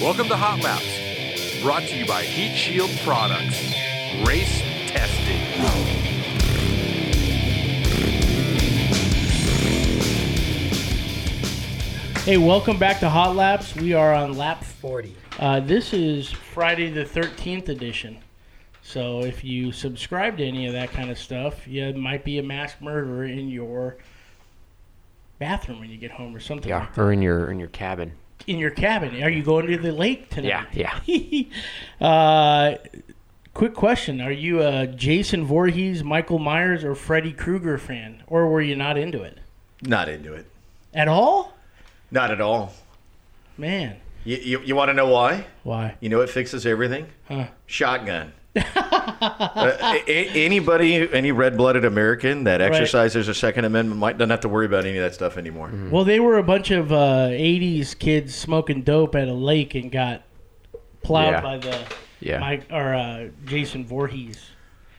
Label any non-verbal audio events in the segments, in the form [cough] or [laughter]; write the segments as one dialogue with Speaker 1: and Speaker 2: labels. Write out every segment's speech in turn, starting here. Speaker 1: Welcome to Hot Laps, brought to you by Heat Shield Products. Race testing.
Speaker 2: Hey, welcome back to Hot Laps. We are on lap 40. Uh, this is Friday the 13th edition. So if you subscribe to any of that kind of stuff, you might be a mass murderer in your bathroom when you get home or something.
Speaker 3: Yeah,
Speaker 2: like that.
Speaker 3: or in your in your cabin.
Speaker 2: In your cabin. Are you going to the lake
Speaker 3: Yeah,
Speaker 2: tonight?
Speaker 3: yeah.
Speaker 2: Yeah. [laughs] uh, quick question. Are you a Jason Voorhees, Michael Myers, or Freddy Krueger fan? Or were you not into it?
Speaker 4: Not into it.
Speaker 2: At all?
Speaker 4: Not at all.
Speaker 2: Man.
Speaker 4: You, you, you want to know why?
Speaker 2: Why?
Speaker 4: You know it fixes everything? Shotgun. Uh, a- a- anybody, any red-blooded American that exercises a Second Amendment might doesn't have to worry about any of that stuff anymore.
Speaker 2: Well, they were a bunch of uh, '80s kids smoking dope at a lake and got plowed
Speaker 3: Yeah.
Speaker 2: by the
Speaker 3: Yeah.
Speaker 2: Mike or uh, Jason Voorhees.
Speaker 3: [laughs]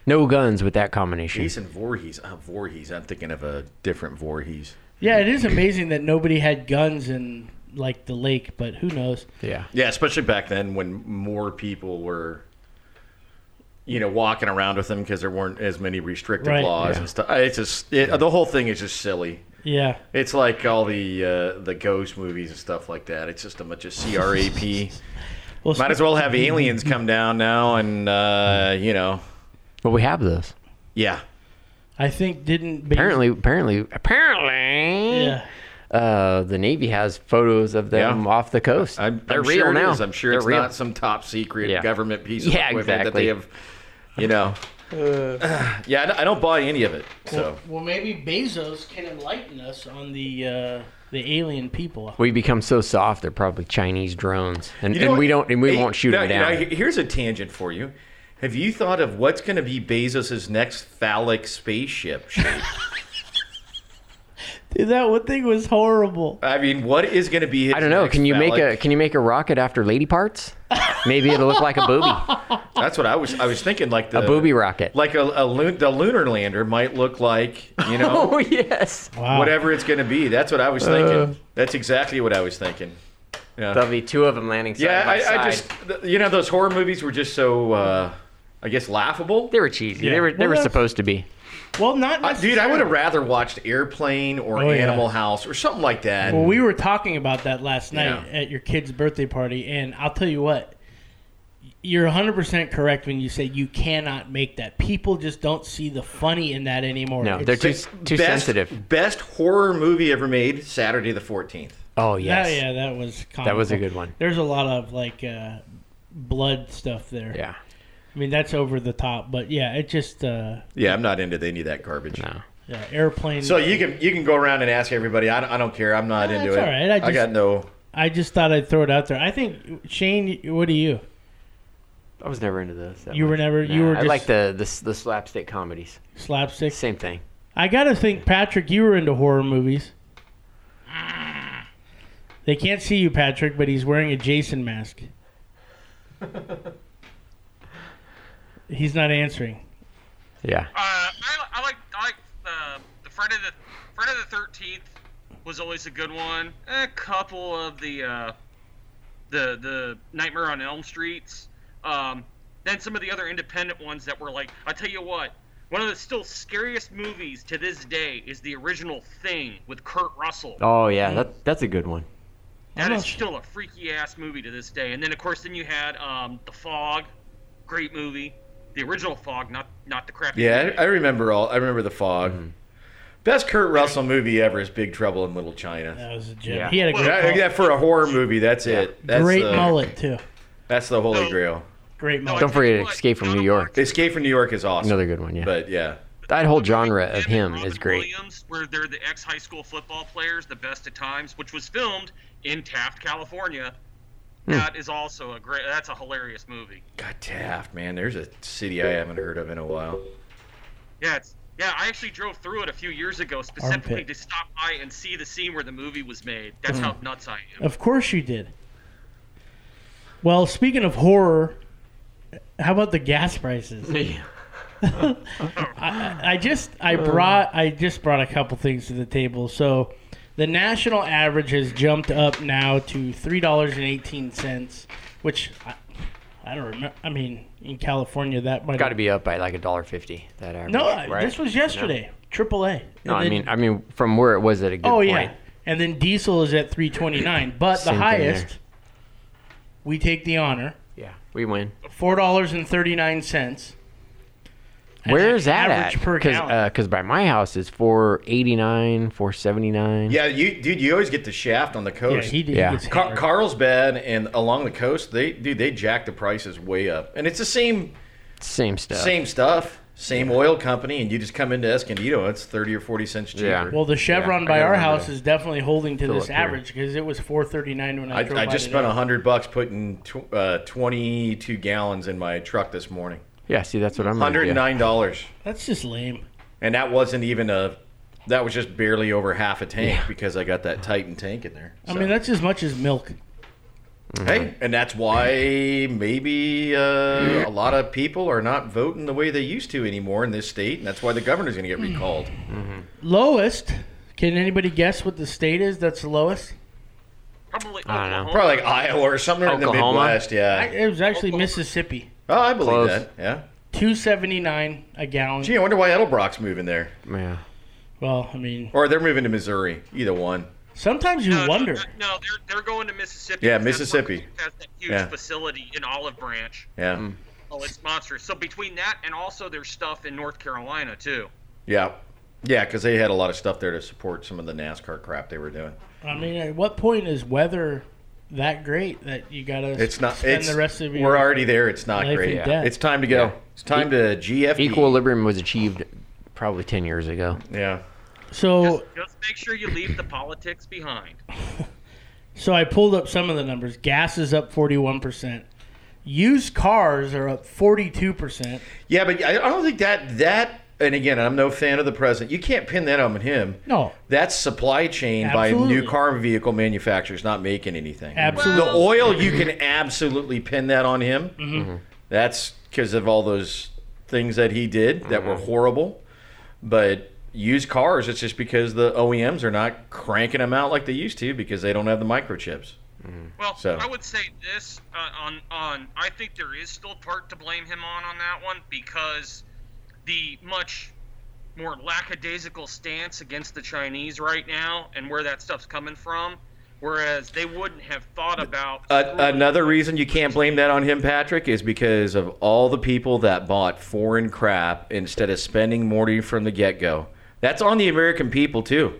Speaker 3: No guns with that combination.
Speaker 4: Jason Voorhees. Oh, Voorhees. I'm thinking of a different Voorhees.
Speaker 2: Yeah, it is amazing that nobody had guns in like the lake, but who knows?
Speaker 3: Yeah.
Speaker 4: Yeah, especially back then when more people were, you know, walking around with them because there weren't as many restrictive
Speaker 2: Right.
Speaker 4: laws and stuff. It's just it, the whole thing is just silly.
Speaker 2: Yeah,
Speaker 4: It's like all the uh, the ghost movies and stuff like that. It's just a bunch of CRAP.
Speaker 2: Well,
Speaker 4: Might as well have aliens come down now and uh, you know,
Speaker 3: Well, we have those.
Speaker 4: yeah.
Speaker 2: I think didn't Bas-
Speaker 3: Apparently, apparently, apparently,
Speaker 2: Yeah,
Speaker 3: uh, the Navy has photos of them
Speaker 4: Yeah.
Speaker 3: off the coast.
Speaker 4: I'm,
Speaker 3: They're
Speaker 4: I'm
Speaker 3: real
Speaker 4: sure it
Speaker 3: now.
Speaker 4: is. I'm sure
Speaker 3: They're
Speaker 4: it's
Speaker 3: real.
Speaker 4: not some top secret
Speaker 3: Yeah.
Speaker 4: government piece of
Speaker 3: Yeah,
Speaker 4: equipment that
Speaker 3: exactly.
Speaker 4: they have. You know, yeah, I don't- I don't buy any of it. So
Speaker 2: well, maybe Bezos can enlighten us on the uh, the alien people.
Speaker 3: We become so soft. They're probably Chinese drones, and,
Speaker 4: You know
Speaker 3: and
Speaker 4: what?
Speaker 3: we don't and we
Speaker 4: Hey,
Speaker 3: won't shoot
Speaker 4: now-
Speaker 3: them down.
Speaker 4: now, he- here's a tangent for you. Have you thought of what's going to be Bezos's next
Speaker 3: [laughs]
Speaker 4: phallic spaceship? shape?
Speaker 2: Dude, that one thing was horrible.
Speaker 4: I mean, what is going to be? His
Speaker 3: I don't know.
Speaker 4: next
Speaker 3: Can you make a
Speaker 4: phallic-
Speaker 3: Can you make a rocket after lady
Speaker 4: [laughs]
Speaker 3: parts? Maybe it'll look like a booby,
Speaker 4: That's what I was. I was thinking like the
Speaker 3: a booby rocket.
Speaker 4: Uh, like a, a lo- the lunar lander might look like you
Speaker 3: [laughs]
Speaker 4: know
Speaker 3: oh yes,
Speaker 2: [laughs] Wow. Uh.
Speaker 4: whatever it's going to be. That's what I was thinking. That's exactly what I was thinking.
Speaker 3: there'll be two of them landing side
Speaker 4: Yeah,
Speaker 3: by
Speaker 4: I,
Speaker 3: side.
Speaker 4: I just th- you know those horror movies were just so uh, I guess laughable.
Speaker 3: they were cheesy.
Speaker 2: Yeah.
Speaker 3: They were they
Speaker 2: Well,
Speaker 3: were
Speaker 2: that's-
Speaker 3: supposed to be.
Speaker 2: Well, not
Speaker 4: Uh, dude, I
Speaker 2: necessarily.
Speaker 4: would have rather watched Airplane or
Speaker 2: Oh, yeah.
Speaker 4: Animal House or something like that.
Speaker 2: Well, we were talking about that last night
Speaker 4: Yeah.
Speaker 2: at your kid's birthday party, and I'll tell you what, you're 100% correct when you say you cannot make that. People just don't see the funny in that anymore.
Speaker 3: No,
Speaker 2: It's-
Speaker 3: they're too too
Speaker 4: best,
Speaker 3: sensitive.
Speaker 4: Best horror movie ever made, Saturday the 14th.
Speaker 3: Oh
Speaker 2: that,
Speaker 3: yes,
Speaker 2: yeah, that was
Speaker 3: that was a
Speaker 2: comical.
Speaker 3: good one.
Speaker 2: There's a lot of like uh, blood stuff there.
Speaker 3: Yeah.
Speaker 2: I mean that's over the top, but yeah, it just uh,
Speaker 4: Yeah, I'm not into any of that garbage.
Speaker 3: No.
Speaker 2: yeah, airplane.
Speaker 4: So you can you can go around and ask everybody. I don't, I don't care. I'm not
Speaker 2: Ah,
Speaker 4: into
Speaker 2: it's
Speaker 4: it.
Speaker 2: all right. I just-
Speaker 4: got no.
Speaker 2: I just thought I'd throw it out there. I think Shane, what do you?
Speaker 3: I was never into those. that
Speaker 2: You were
Speaker 3: much.
Speaker 2: never- you were
Speaker 3: I like
Speaker 2: just-
Speaker 3: the, the s- the slapstick comedies.
Speaker 2: Slapstick.
Speaker 3: Same thing.
Speaker 2: I gotta think, Patrick, you were into horror movies. They can't see you, Patrick, but he's wearing a Jason mask. he's not answering.
Speaker 3: Yeah.
Speaker 5: Uh, I, I like I like uh, the Friday the Friday the Thirteenth was always a good one. A couple of the uh, the the Nightmare on Elm Streets. Um, then some of the other independent ones that were like, I tell you what, one of the still scariest movies to this day is the original Thing with Kurt Russell.
Speaker 3: Oh yeah,
Speaker 2: Mm.
Speaker 3: that that's a good one. [laughs]
Speaker 5: That is
Speaker 2: Almost.
Speaker 5: still a freaky ass movie to this day. And then of course then you had um, The Fog, great movie. The original Fog, not not the crappy.
Speaker 4: Yeah,
Speaker 5: remake.
Speaker 4: I, I remember all. I remember the fog.
Speaker 3: Mm-hmm.
Speaker 4: Best Kurt Russell movie ever is Big Trouble in Little China.
Speaker 2: That was a joke.
Speaker 3: Yeah.
Speaker 2: He had a great,
Speaker 4: That,
Speaker 2: mul-
Speaker 4: that for a horror movie, that's it. That's uh,
Speaker 2: great
Speaker 4: the,
Speaker 2: mullet too.
Speaker 4: That's the holy
Speaker 5: No.
Speaker 4: grail.
Speaker 2: Great
Speaker 5: No,
Speaker 2: mullet.
Speaker 5: I
Speaker 3: Don't
Speaker 5: tell you
Speaker 3: forget Escape from
Speaker 5: John
Speaker 3: New York.
Speaker 5: Watts-
Speaker 4: Escape from New York is awesome.
Speaker 3: Another good one. Yeah.
Speaker 4: But yeah,
Speaker 3: that whole genre of
Speaker 5: Him and
Speaker 3: him is
Speaker 5: Robin
Speaker 3: great.
Speaker 5: Williams, where they're the ex high school football players, the best of times, which was filmed in Taft, California.
Speaker 3: Hmm.
Speaker 5: That is also a great. That's a hilarious movie.
Speaker 4: God Taft, man, there's a city I haven't heard of in a while.
Speaker 5: Yeah, it's yeah. I actually drove through it a few years ago specifically
Speaker 2: Armpit.
Speaker 5: to stop by and see the scene where the movie was made. That's
Speaker 4: Hmm.
Speaker 5: how nuts I am.
Speaker 2: Of course you did. Well, speaking of horror, how about the gas prices?
Speaker 3: Uh.
Speaker 2: I, I just I brought I just brought a couple things to the table. So The national average has jumped up now to three dollars and eighteen cents, which I, I don't remember. I mean, in California, that might
Speaker 3: Got to be up by like a dollar fifty. That average.
Speaker 2: No, I-
Speaker 3: right?
Speaker 2: this was yesterday. Triple A.
Speaker 3: No, I mean, I mean, from where it was at a good
Speaker 2: oh
Speaker 3: point.
Speaker 2: yeah, and then diesel is at three twenty nine, but
Speaker 3: Same
Speaker 2: the
Speaker 3: thing
Speaker 2: highest.
Speaker 3: there.
Speaker 2: We take the honor.
Speaker 3: yeah, we win.
Speaker 2: Four dollars and thirty nine cents.
Speaker 3: Where is that
Speaker 2: average
Speaker 3: at?
Speaker 2: per gallon.
Speaker 3: because uh, by my house it's four eighty nine, four seventy nine.
Speaker 4: Yeah, you dude, you always get the shaft on the
Speaker 2: Yeah,
Speaker 4: coast.
Speaker 2: he, he
Speaker 3: Yeah.
Speaker 2: gets
Speaker 4: Car-
Speaker 2: hammered.
Speaker 4: Carlsbad and along the coast, they dude, they jack the prices way up, and it's the same
Speaker 3: same stuff.
Speaker 4: same stuff, same oil company, and you just come into Escondido, it's thirty or forty cents cheaper.
Speaker 3: Yeah.
Speaker 2: Well, the Chevron
Speaker 3: I
Speaker 2: by our
Speaker 3: remember
Speaker 2: house
Speaker 3: that.
Speaker 2: is definitely holding to
Speaker 3: Fill
Speaker 2: this
Speaker 3: up here.
Speaker 2: average because it was four thirty nine when I,
Speaker 4: I,
Speaker 2: drove
Speaker 4: I
Speaker 2: by
Speaker 4: just
Speaker 2: today.
Speaker 4: spent a hundred bucks putting tw- uh, twenty-two gallons in my truck this morning.
Speaker 3: Hmm, Yeah, see, that's what I'm. gonna do.
Speaker 4: Hundred and nine dollars,
Speaker 2: That's just lame.
Speaker 4: and that wasn't even a. That was just barely over half a tank because I got that Titan tank in there.
Speaker 2: I mean, that's as much as milk.
Speaker 4: Hey, and that's why maybe uh, a lot of people are not voting the way they used to anymore in this state, and that's why the governor's going to get recalled.
Speaker 3: Hmm.
Speaker 2: Lowest. Can anybody guess what the state is that's the lowest?
Speaker 5: Probably
Speaker 3: I don't know.
Speaker 5: Oklahoma.
Speaker 4: Probably like Iowa or somewhere in the
Speaker 3: Oklahoma?
Speaker 4: Midwest. Yeah.
Speaker 2: I, it was actually
Speaker 5: Oklahoma.
Speaker 2: Mississippi.
Speaker 4: oh, I believe
Speaker 3: Close.
Speaker 4: that. Yeah.
Speaker 2: Two seventy nine a gallon.
Speaker 4: Gee, I wonder why Edelbrock's moving there,
Speaker 3: Yeah.
Speaker 2: Well, I mean,
Speaker 4: or they're moving to Missouri. Either one.
Speaker 2: sometimes you
Speaker 5: No, no,
Speaker 2: wonder.
Speaker 5: No, no, they're, they're going to Mississippi.
Speaker 4: Yeah,
Speaker 5: because that's where
Speaker 4: Mississippi.
Speaker 5: Duke Has that huge
Speaker 4: Yeah.
Speaker 5: facility in Olive Branch.
Speaker 4: Yeah.
Speaker 3: Hmm.
Speaker 5: Oh, it's monstrous. So between that and also there's stuff in North Carolina too.
Speaker 4: Yeah. Yeah, because they had a lot of stuff there to support some of the NASCAR crap they were doing.
Speaker 2: I mean, at what point is weather that great that you gotta
Speaker 4: It's not.
Speaker 2: spend
Speaker 4: it's
Speaker 2: the rest of your
Speaker 4: we're already there. It's not
Speaker 2: life
Speaker 4: great.
Speaker 2: and death.
Speaker 4: It's time to go.
Speaker 3: Yeah.
Speaker 4: It's time to E. GF
Speaker 3: Equilibrium was achieved probably ten years ago.
Speaker 4: Yeah.
Speaker 2: so
Speaker 5: Just make sure you leave the politics behind.
Speaker 2: So I pulled up some of the numbers. Gas is up 41%. Used cars are up 42%.
Speaker 4: Yeah, but I I don't think that that. And again, I'm no fan of the president. You can't pin that on him.
Speaker 2: No.
Speaker 4: That's supply chain by
Speaker 2: Absolutely.
Speaker 4: new car and vehicle manufacturers not making anything.
Speaker 2: Absolutely. Mm-hmm.
Speaker 4: The oil, you can absolutely pin that on him. That's because of all those things that he did that were horrible. But used cars, it's just because the OEMs are not cranking them out like they used to because they don't have the microchips.
Speaker 5: Well,
Speaker 4: So-
Speaker 5: I would say this uh, on on I think there is still part to blame him on on that one because the much more lackadaisical stance against the Chinese right now and where that stuff's coming from, whereas they wouldn't have thought about
Speaker 4: Uh, another reason you can't blame that on him, Patrick, is because of all the people that bought foreign crap instead of spending money from the get go. That's on the American people, too.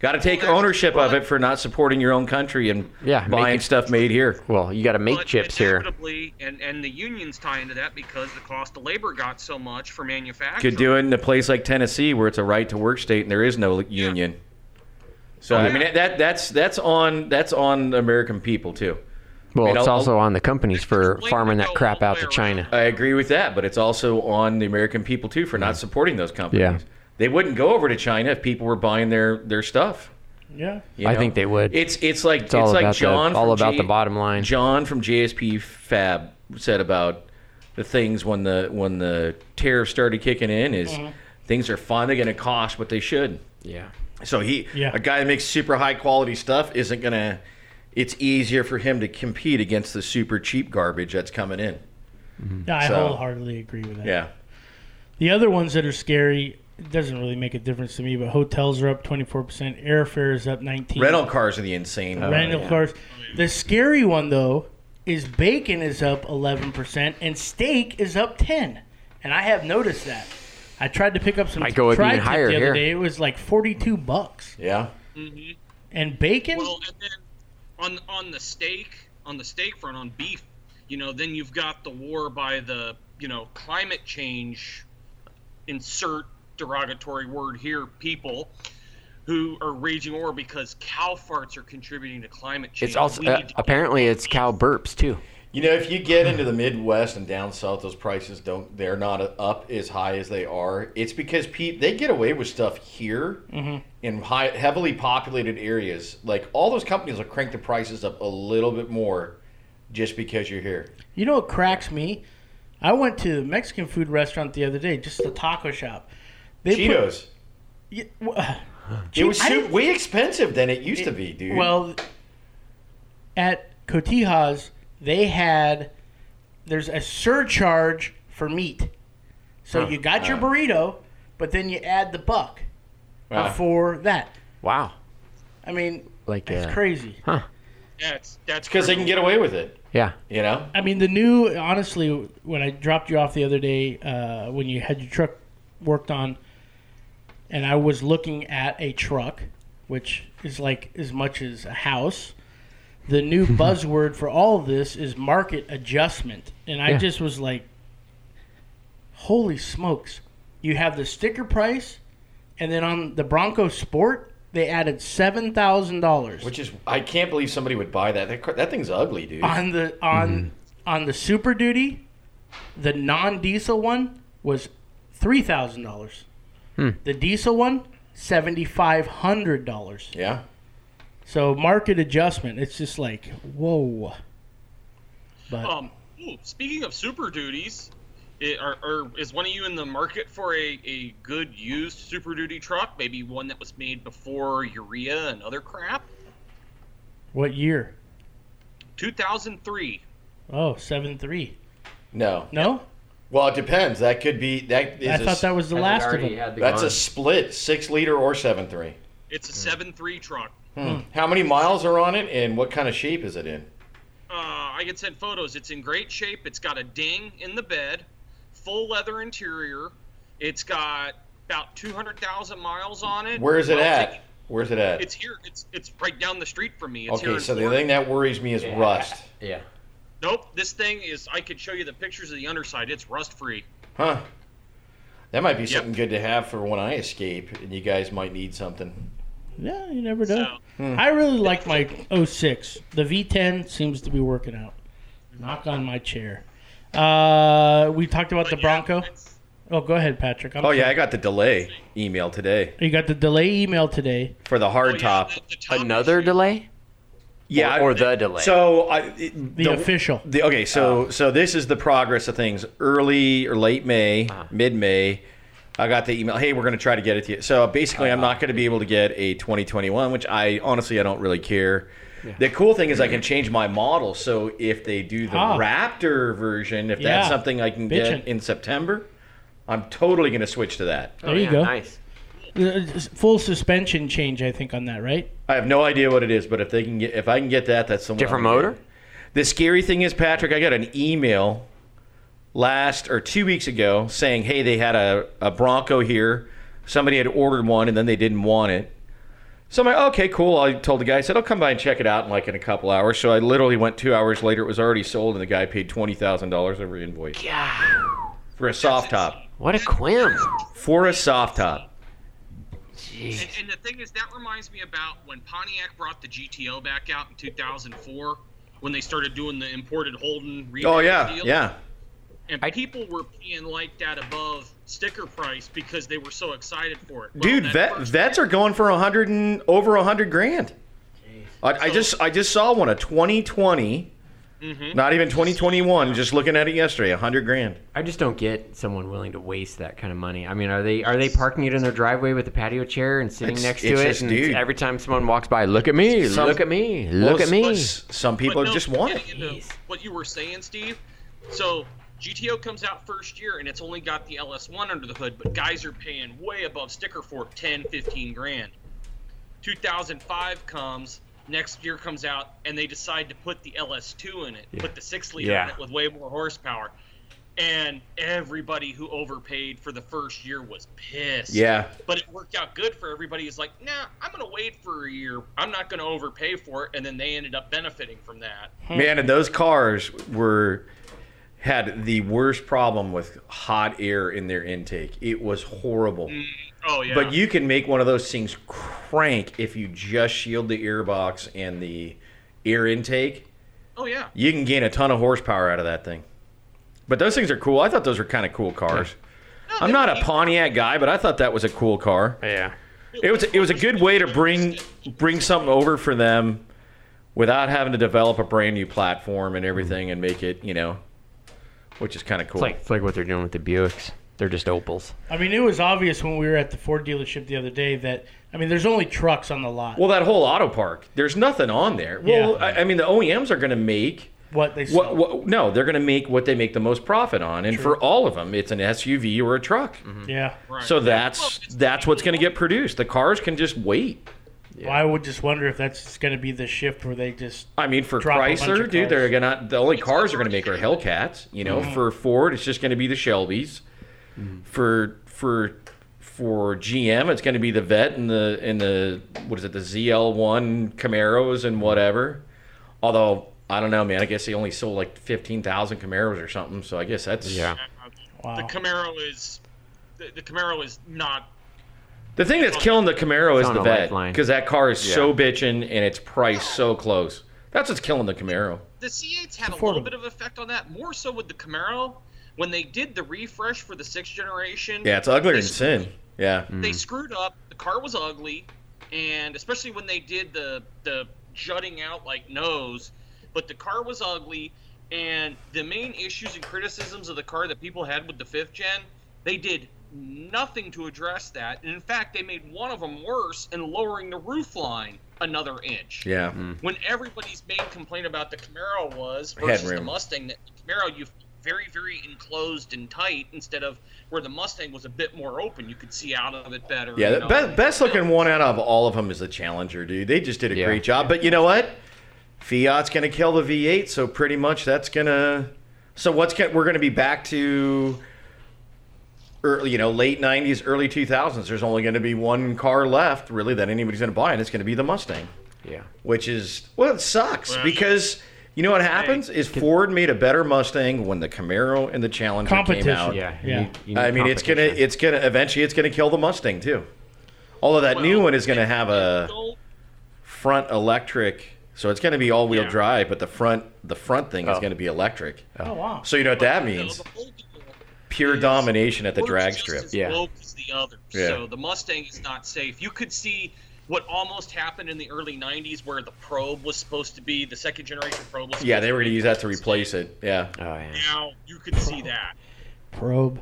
Speaker 4: Got to take ownership of it for not supporting your own country and
Speaker 3: Yeah, make
Speaker 4: buying
Speaker 3: it-
Speaker 4: stuff made here.
Speaker 3: Well, you got to make
Speaker 5: But
Speaker 3: chips here.
Speaker 5: inevitably- And, and the unions tie into that because the cost of labor got so much for manufacturing.
Speaker 4: Could do it in a place like Tennessee where it's a right to work state and there is no union. So I mean that that's that's on that's on American people too.
Speaker 3: Well,
Speaker 4: mean,
Speaker 3: oh, it's
Speaker 4: I'll-
Speaker 3: also on the companies for
Speaker 5: Explain
Speaker 3: farming
Speaker 5: the
Speaker 3: that
Speaker 5: bill
Speaker 3: crap
Speaker 5: all
Speaker 3: out
Speaker 5: the
Speaker 3: to
Speaker 5: way
Speaker 3: China.
Speaker 4: I agree with that, but it's also on the American people too for not supporting those companies.
Speaker 3: Yeah.
Speaker 4: They wouldn't go over to China if people were buying their their stuff.
Speaker 2: Yeah.
Speaker 4: you
Speaker 3: I
Speaker 4: know?
Speaker 3: think they would.
Speaker 4: It's it's like it's,
Speaker 3: all
Speaker 4: like
Speaker 3: about the-
Speaker 4: John
Speaker 3: all
Speaker 4: from
Speaker 3: about the bottom line.
Speaker 4: John from JSP Fab said about the things when the when the tariffs started kicking in is things are finally going to cost what they should.
Speaker 3: yeah.
Speaker 4: So he,
Speaker 2: Yeah.
Speaker 4: a guy that makes super high quality stuff, isn't gonna. It's easier for him to compete against the super cheap garbage that's coming in.
Speaker 2: Yeah, I
Speaker 4: So-
Speaker 2: wholeheartedly agree with that.
Speaker 4: Yeah,
Speaker 2: The other ones that are scary, it doesn't really make a difference to me, but hotels are up 24%, airfare is up 19
Speaker 4: rental cars are the insane. one.
Speaker 2: Rental cars. The scary one, though, is bacon is up 11% and steak is up 10 And I have noticed that. I tried to pick up some
Speaker 3: Might go up even
Speaker 2: tri-tip
Speaker 3: higher
Speaker 2: the other
Speaker 3: here.
Speaker 2: day. It was like 42 bucks.
Speaker 4: Yeah,
Speaker 2: And bacon?
Speaker 5: Well, and then on on the steak on the steak front on beef, you know, then you've got the war by the you know climate change, insert derogatory word here, people. Who are raging war because cow farts are contributing to climate change?
Speaker 3: It's also
Speaker 5: We
Speaker 3: uh,
Speaker 5: need to-
Speaker 3: apparently it's cow burps too.
Speaker 4: you know, if you get into the Midwest and down south, those prices don't. They're not up as high as they are. It's because pe- they get away with stuff here
Speaker 2: Mm-hmm.
Speaker 4: in high, heavily populated areas. Like all those companies will crank the prices up a little bit more just because you're here.
Speaker 2: You know what cracks me? I went to a Mexican food restaurant the other day, just a taco shop. They put-
Speaker 4: Cheetos.
Speaker 2: Yeah, wha-
Speaker 4: It was
Speaker 2: I
Speaker 4: su-
Speaker 2: didn't-
Speaker 4: way expensive than it used to be,
Speaker 2: [laughs]
Speaker 4: dude.
Speaker 2: Well, at Cotija's, they had there's a surcharge for meat. So you got your burrito, but then you add the buck
Speaker 4: Wow.
Speaker 2: for that.
Speaker 3: Wow.
Speaker 2: I mean,
Speaker 3: Like,
Speaker 2: it's
Speaker 3: uh,
Speaker 2: crazy.
Speaker 5: Yeah, it's, that's
Speaker 4: because they can get away with it,
Speaker 3: Yeah.
Speaker 4: you know.
Speaker 2: I mean, the new honestly, when I dropped you off the other day, uh, when you had your truck worked on, and I was looking at a truck, which is like as much as a house. The new buzzword for all of this is market adjustment, and I
Speaker 3: Yeah.
Speaker 2: just was like, "Holy smokes!" You have the sticker price, and then on the Bronco Sport, they added seven thousand dollars.
Speaker 4: Which is, I can't believe somebody would buy that. That, car- that thing's ugly, dude.
Speaker 2: on the on on the Super Duty, the non-diesel one was three thousand dollars. The diesel one seventy five hundred dollars.
Speaker 4: yeah.
Speaker 2: So market adjustment. It's just like whoa. But
Speaker 5: Um, ooh, speaking of super duties, it, are, are, is one of you in the market for a, a good used super duty truck? Maybe one that was made before urea and other crap?
Speaker 2: what year?
Speaker 5: 2003.
Speaker 2: Oh, seven three.
Speaker 4: No.
Speaker 2: No,
Speaker 4: Well, it depends. That could be. That is.
Speaker 2: I
Speaker 4: a
Speaker 2: thought
Speaker 4: s-
Speaker 2: that was the last of them.
Speaker 4: That's a split, six liter or seven three.
Speaker 5: It's a
Speaker 4: Hmm.
Speaker 5: 7 3 truck.
Speaker 2: Hmm.
Speaker 4: How many miles are on it, and what kind of shape is it in?
Speaker 5: Uh, I can send photos. It's in great shape. It's got a ding in the bed, full leather interior. It's got about 200,000 miles on it.
Speaker 4: Where is it
Speaker 5: Well,
Speaker 4: at? Where's it at?
Speaker 5: It's here. It's it's right down the street from me. It's here
Speaker 4: okay,
Speaker 5: in
Speaker 4: so the
Speaker 5: Florida.
Speaker 4: thing that worries me is rust.
Speaker 3: Yeah.
Speaker 5: Nope, this thing is. I could show you the pictures of the underside. It's rust free.
Speaker 4: Huh. That might be something good to have for when I escape, and you guys might need something.
Speaker 2: yeah, you never know.
Speaker 5: So,
Speaker 2: I really like my 06. The V10 seems to be working out. Knock on my chair. Uh, we talked about the Bronco. Oh, go ahead, Patrick. I'm
Speaker 4: Oh yeah, I got the delay email today
Speaker 2: You got the delay email today.
Speaker 4: for the hard top.
Speaker 3: Another delay?
Speaker 4: Yeah,
Speaker 3: Or, or the delay?
Speaker 4: so I, it-
Speaker 2: The, official.
Speaker 4: The, Oh, okay, so so this is the progress of things. Early or late May, mid May, I got the email. Hey, we're going to try to get it to you. So basically, I'm not going to be able to get a 2021, which I honestly I don't really care. The cool thing is I can change my model. So if they do the
Speaker 2: Ah.
Speaker 4: Raptor version, if
Speaker 2: Yeah.
Speaker 4: that's something I can
Speaker 2: Bitchin'.
Speaker 4: get in September, I'm totally going to switch to that.
Speaker 2: there you go.
Speaker 3: Oh, Nice.
Speaker 2: Uh, s- Full suspension change, I think, on that, right?
Speaker 4: I have no idea what it is, but if they can get if I can get that, that's someone
Speaker 3: Different
Speaker 4: I'm gonna
Speaker 3: motor?
Speaker 4: get. The scary thing is, Patrick, I got an email last or two weeks ago saying, hey, they had a, a Bronco here. Somebody had ordered one and then they didn't want it. So I'm like, okay, cool. I told the guy, I said, I'll come by and check it out in like in a couple hours. So I literally went two hours later. It was already sold and the guy paid $20,000 over invoice
Speaker 3: Yeah.
Speaker 4: for a soft top.
Speaker 3: What a quim.
Speaker 4: For a soft top.
Speaker 3: Jeez.
Speaker 5: And, and the thing is, that reminds me about when Pontiac brought the GTO back out in 2004, when they started doing the imported Holden.
Speaker 4: Oh,
Speaker 5: rebrand
Speaker 4: yeah.
Speaker 5: deal.
Speaker 4: Yeah.
Speaker 5: And people were paying like that above sticker price because they were so excited for it. Well,
Speaker 4: Dude,
Speaker 5: that
Speaker 4: vet,
Speaker 5: first-
Speaker 4: vets are going for a hundred and over a hundred grand. I, I
Speaker 5: So-
Speaker 4: just I just saw one a 2020,
Speaker 5: Mm-hmm.
Speaker 4: not even 2021. Just looking at it yesterday, a hundred grand.
Speaker 3: I just don't get someone willing to waste that kind of money. I mean, are they are they parking it in their driveway with a patio chair and sitting
Speaker 4: It's-
Speaker 3: next
Speaker 4: it's
Speaker 3: to it?
Speaker 4: just,
Speaker 3: And
Speaker 4: dude.
Speaker 3: every time someone walks by, look at me,
Speaker 4: Some-
Speaker 3: look at me, look
Speaker 4: Well,
Speaker 3: at me.
Speaker 4: s- Some people
Speaker 5: But no,
Speaker 4: just want it.
Speaker 5: getting into
Speaker 3: Jeez.
Speaker 5: What you were saying, Steve. So GTO comes out first year, and it's only got the LS1 under the hood, but guys are paying way above sticker for it, 10, 15 grand. 2005 comes, next year comes out, and they decide to put the LS2 in it, put the six liter
Speaker 3: Yeah.
Speaker 5: in it with way more horsepower. And everybody who overpaid for the first year was pissed.
Speaker 4: Yeah,
Speaker 5: But it worked out good for everybody. Is like, nah, I'm gonna wait for a year. I'm not gonna overpay for it, and then they ended up benefiting from that.
Speaker 4: man, and those cars were had the worst problem with hot air in their intake. It was horrible.
Speaker 5: Oh yeah.
Speaker 4: But you can make one of those things crank if you just shield the air box and the air intake.
Speaker 5: oh yeah.
Speaker 4: you can gain a ton of horsepower out of that thing. But those things are cool. I thought those were kind of cool cars. I'm not a Pontiac guy, but I thought that was a cool car.
Speaker 3: yeah.
Speaker 4: It was it was a good way to bring bring something over for them without having to develop a brand new platform and everything and make it, you know, which is kind of cool.
Speaker 3: It's like it's like what they're doing with the Buicks. They're just opals.
Speaker 2: I mean, it was obvious when we were at the Ford dealership the other day that I mean, there's only trucks on the lot.
Speaker 4: Well, that whole auto park, there's nothing on there. Well,
Speaker 2: Yeah.
Speaker 4: I, I mean, the OEMs are going to make
Speaker 2: what they sell.
Speaker 4: what, what? No, they're going to make what they make the most profit on, and for all of them, it's an SUV or a truck.
Speaker 2: yeah.
Speaker 5: Right.
Speaker 4: So
Speaker 5: Well,
Speaker 4: that's
Speaker 5: it's-
Speaker 4: that's what's going to get produced. The cars can just wait.
Speaker 2: Well, I would just wonder if that's going to be the shift where they just
Speaker 4: I mean, for
Speaker 2: Drop a bunch of
Speaker 4: Chrysler, dude,
Speaker 2: cars. Mm.
Speaker 4: they're gonna the only cars they're gonna make are Hellcats. You know, for Ford, it's just gonna be the Shelbys. For for for GM, it's gonna be the Vet and the and the what is it, the ZL1 Camaros and whatever. Although I don't know, man. I guess they only sold like fifteen thousand Camaros or something. So I guess that's
Speaker 3: Yeah.
Speaker 2: wow.
Speaker 5: The Camaro is the, the Camaro is not
Speaker 4: The thing that's killing the Camaro is
Speaker 3: on
Speaker 4: the
Speaker 3: a
Speaker 4: Vet
Speaker 3: lifeline.
Speaker 4: because that car is so bitchin' and it's priced so close. That's what's killing the Camaro.
Speaker 5: the C8s had a
Speaker 2: affordable.
Speaker 5: little bit of effect on that. More so with the Camaro when they did the refresh for the sixth generation.
Speaker 4: Yeah, it's uglier
Speaker 5: They
Speaker 4: than
Speaker 5: sc-
Speaker 4: sin. Yeah.
Speaker 3: Mm.
Speaker 5: They screwed up. The car was ugly, and especially when they did the the jutting out like nose, but the car was ugly. And the main issues and criticisms of the car that people had with the fifth gen, they did nothing to address that. And in fact, they made one of them worse in lowering the roof line another inch
Speaker 4: Yeah.
Speaker 3: Mm-hmm.
Speaker 5: when everybody's main complaint about the Camaro was
Speaker 4: Headroom.
Speaker 5: versus the Mustang that the Camaro you very very enclosed and tight instead of where the Mustang was a bit more open you could see out of it better.
Speaker 4: Yeah,
Speaker 5: you
Speaker 4: the
Speaker 5: know.
Speaker 4: best, best looking one out of all of them is the Challenger, dude. They just did a
Speaker 3: Yeah.
Speaker 4: great job. But you know what? Fiat's going to kill the V8, so pretty much that's going to. So what's going we're going to be back to early, you know, late 90s, early 2000s. There's only going to be one car left really that anybody's going to buy and it's going to be the Mustang,
Speaker 3: Yeah.
Speaker 4: which is well, it sucks
Speaker 5: Well,
Speaker 4: because you know what happens is Ford made a better Mustang when the Camaro and the Challenger came
Speaker 2: Competition.
Speaker 4: out.
Speaker 3: Yeah. you
Speaker 2: Yeah.
Speaker 3: need- you need
Speaker 4: I mean, it's gonna,
Speaker 3: competition.
Speaker 4: it's gonna, eventually, it's gonna kill the Mustang too. Although that
Speaker 5: Well,
Speaker 4: new one is gonna have a
Speaker 5: So,
Speaker 4: front electric, so it's gonna be all-wheel
Speaker 5: Yeah.
Speaker 4: drive, but the front, the front thing is
Speaker 3: Oh.
Speaker 4: gonna be electric.
Speaker 2: oh wow.
Speaker 4: So you know what that
Speaker 5: you know,
Speaker 4: means?
Speaker 5: the whole deal
Speaker 4: Pure
Speaker 5: is
Speaker 4: domination at the
Speaker 5: we're
Speaker 4: drag
Speaker 5: just
Speaker 4: strip.
Speaker 5: as
Speaker 3: Yeah.
Speaker 5: woke as the other.
Speaker 4: Yeah.
Speaker 5: So the Mustang is not safe. You could see what almost happened in the early 90s where the probe was supposed to be the second generation probe was
Speaker 4: Yeah,
Speaker 5: supposed
Speaker 4: they
Speaker 5: to
Speaker 4: were
Speaker 5: be
Speaker 4: gonna use that to replace it. Yeah,
Speaker 3: Oh yeah.
Speaker 5: now you could see that
Speaker 2: Probe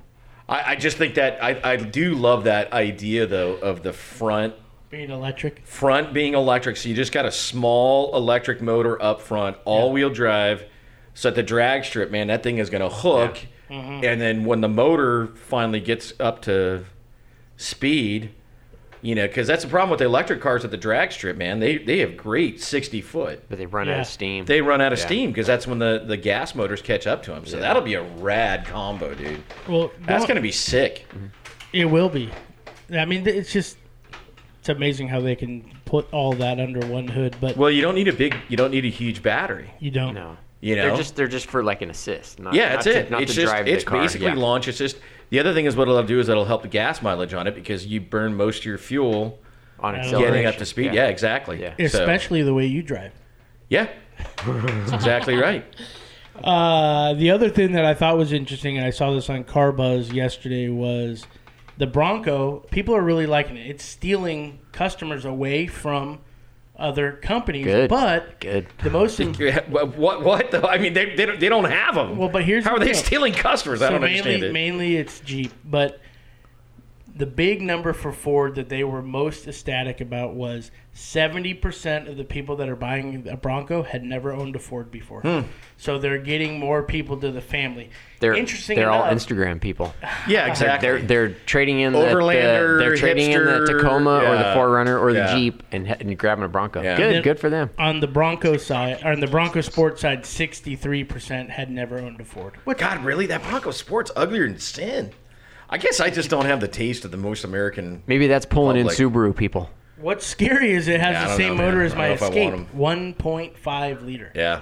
Speaker 4: I, I just think that I, I do love that idea though of the front
Speaker 2: being electric.
Speaker 4: front being electric, so you just got a small electric motor up front, all wheel drive. So at the drag strip, man, that thing is going to hook. And then when the motor finally gets up to speed, you know, because that's the problem with the electric cars at the drag strip, man. They they have great 60 foot.
Speaker 3: But they run out
Speaker 2: Yeah.
Speaker 3: of steam.
Speaker 4: They run out of
Speaker 3: Yeah.
Speaker 4: steam because that's when the, the gas motors catch up to them. So that'll be a rad combo, dude.
Speaker 2: Well,
Speaker 4: That's
Speaker 2: don't-
Speaker 4: going to be sick.
Speaker 2: It will be. I mean, th- it's just it's amazing how they can put all that under one hood, but
Speaker 4: Well, you don't need a big, you don't need a huge battery.
Speaker 2: you don't.
Speaker 3: no.
Speaker 4: You know,
Speaker 3: They're just they're just for like an assist. Not,
Speaker 4: Yeah,
Speaker 3: not
Speaker 4: that's
Speaker 3: to-
Speaker 4: it.
Speaker 3: Not
Speaker 4: it's
Speaker 3: to
Speaker 4: just
Speaker 3: drive
Speaker 4: it's
Speaker 3: the car.
Speaker 4: basically
Speaker 3: yeah.
Speaker 4: launch assist. The other thing is what it'll do is it'll help the gas mileage on it because you burn most of your fuel
Speaker 3: on acceleration.
Speaker 4: getting up to speed. Yeah, exactly.
Speaker 3: Oh, Yeah.
Speaker 4: So-
Speaker 2: Especially the way you drive.
Speaker 4: yeah. That's exactly right.
Speaker 2: Uh, the other thing that I thought was interesting, and I saw this on Car Buzz yesterday, was the Bronco. People are really liking it. It's stealing customers away from other companies.
Speaker 3: Good.
Speaker 2: But
Speaker 3: Good.
Speaker 2: the most
Speaker 4: Yeah, but What? What? Though? I mean, they, they, don't, they don't have them.
Speaker 2: Well, but here's
Speaker 4: how are
Speaker 2: the
Speaker 4: they
Speaker 2: deal.
Speaker 4: stealing customers? I don't
Speaker 2: mainly,
Speaker 4: understand it.
Speaker 2: Mainly it's Jeep, but the big number for Ford that they were most ecstatic about was 70% of the people that are buying a Bronco had never owned a Ford before. So they're getting more people to the family.
Speaker 3: Hmm. They're
Speaker 2: Interesting
Speaker 3: They're all
Speaker 2: enough,
Speaker 3: Instagram people.
Speaker 4: yeah, exactly.
Speaker 3: They're they're trading in the, the-
Speaker 4: Overlander,
Speaker 3: they're trading in the
Speaker 4: hipster,
Speaker 3: Tacoma or the
Speaker 4: yeah.
Speaker 3: Forerunner or
Speaker 4: Yeah.
Speaker 3: the Jeep and, he- and grabbing a Bronco.
Speaker 4: Yeah.
Speaker 3: Good,
Speaker 2: Then-
Speaker 3: good for them.
Speaker 2: on the Bronco side, or on the Bronco Sport side, 63% had never owned a Ford.
Speaker 4: What? God, really? That Bronco Sport's uglier than sin. I guess I just don't have the taste of the most American.
Speaker 3: Maybe that's pulling
Speaker 4: Public.
Speaker 3: in Subaru people.
Speaker 2: What's scary is it has
Speaker 4: Yeah, I
Speaker 2: the
Speaker 4: don't
Speaker 2: same
Speaker 4: know, man.
Speaker 2: motor
Speaker 4: I
Speaker 2: as
Speaker 4: don't
Speaker 2: my
Speaker 4: know if I want
Speaker 2: Escape,
Speaker 4: 'em.
Speaker 2: 1.5 liter.
Speaker 4: Yeah.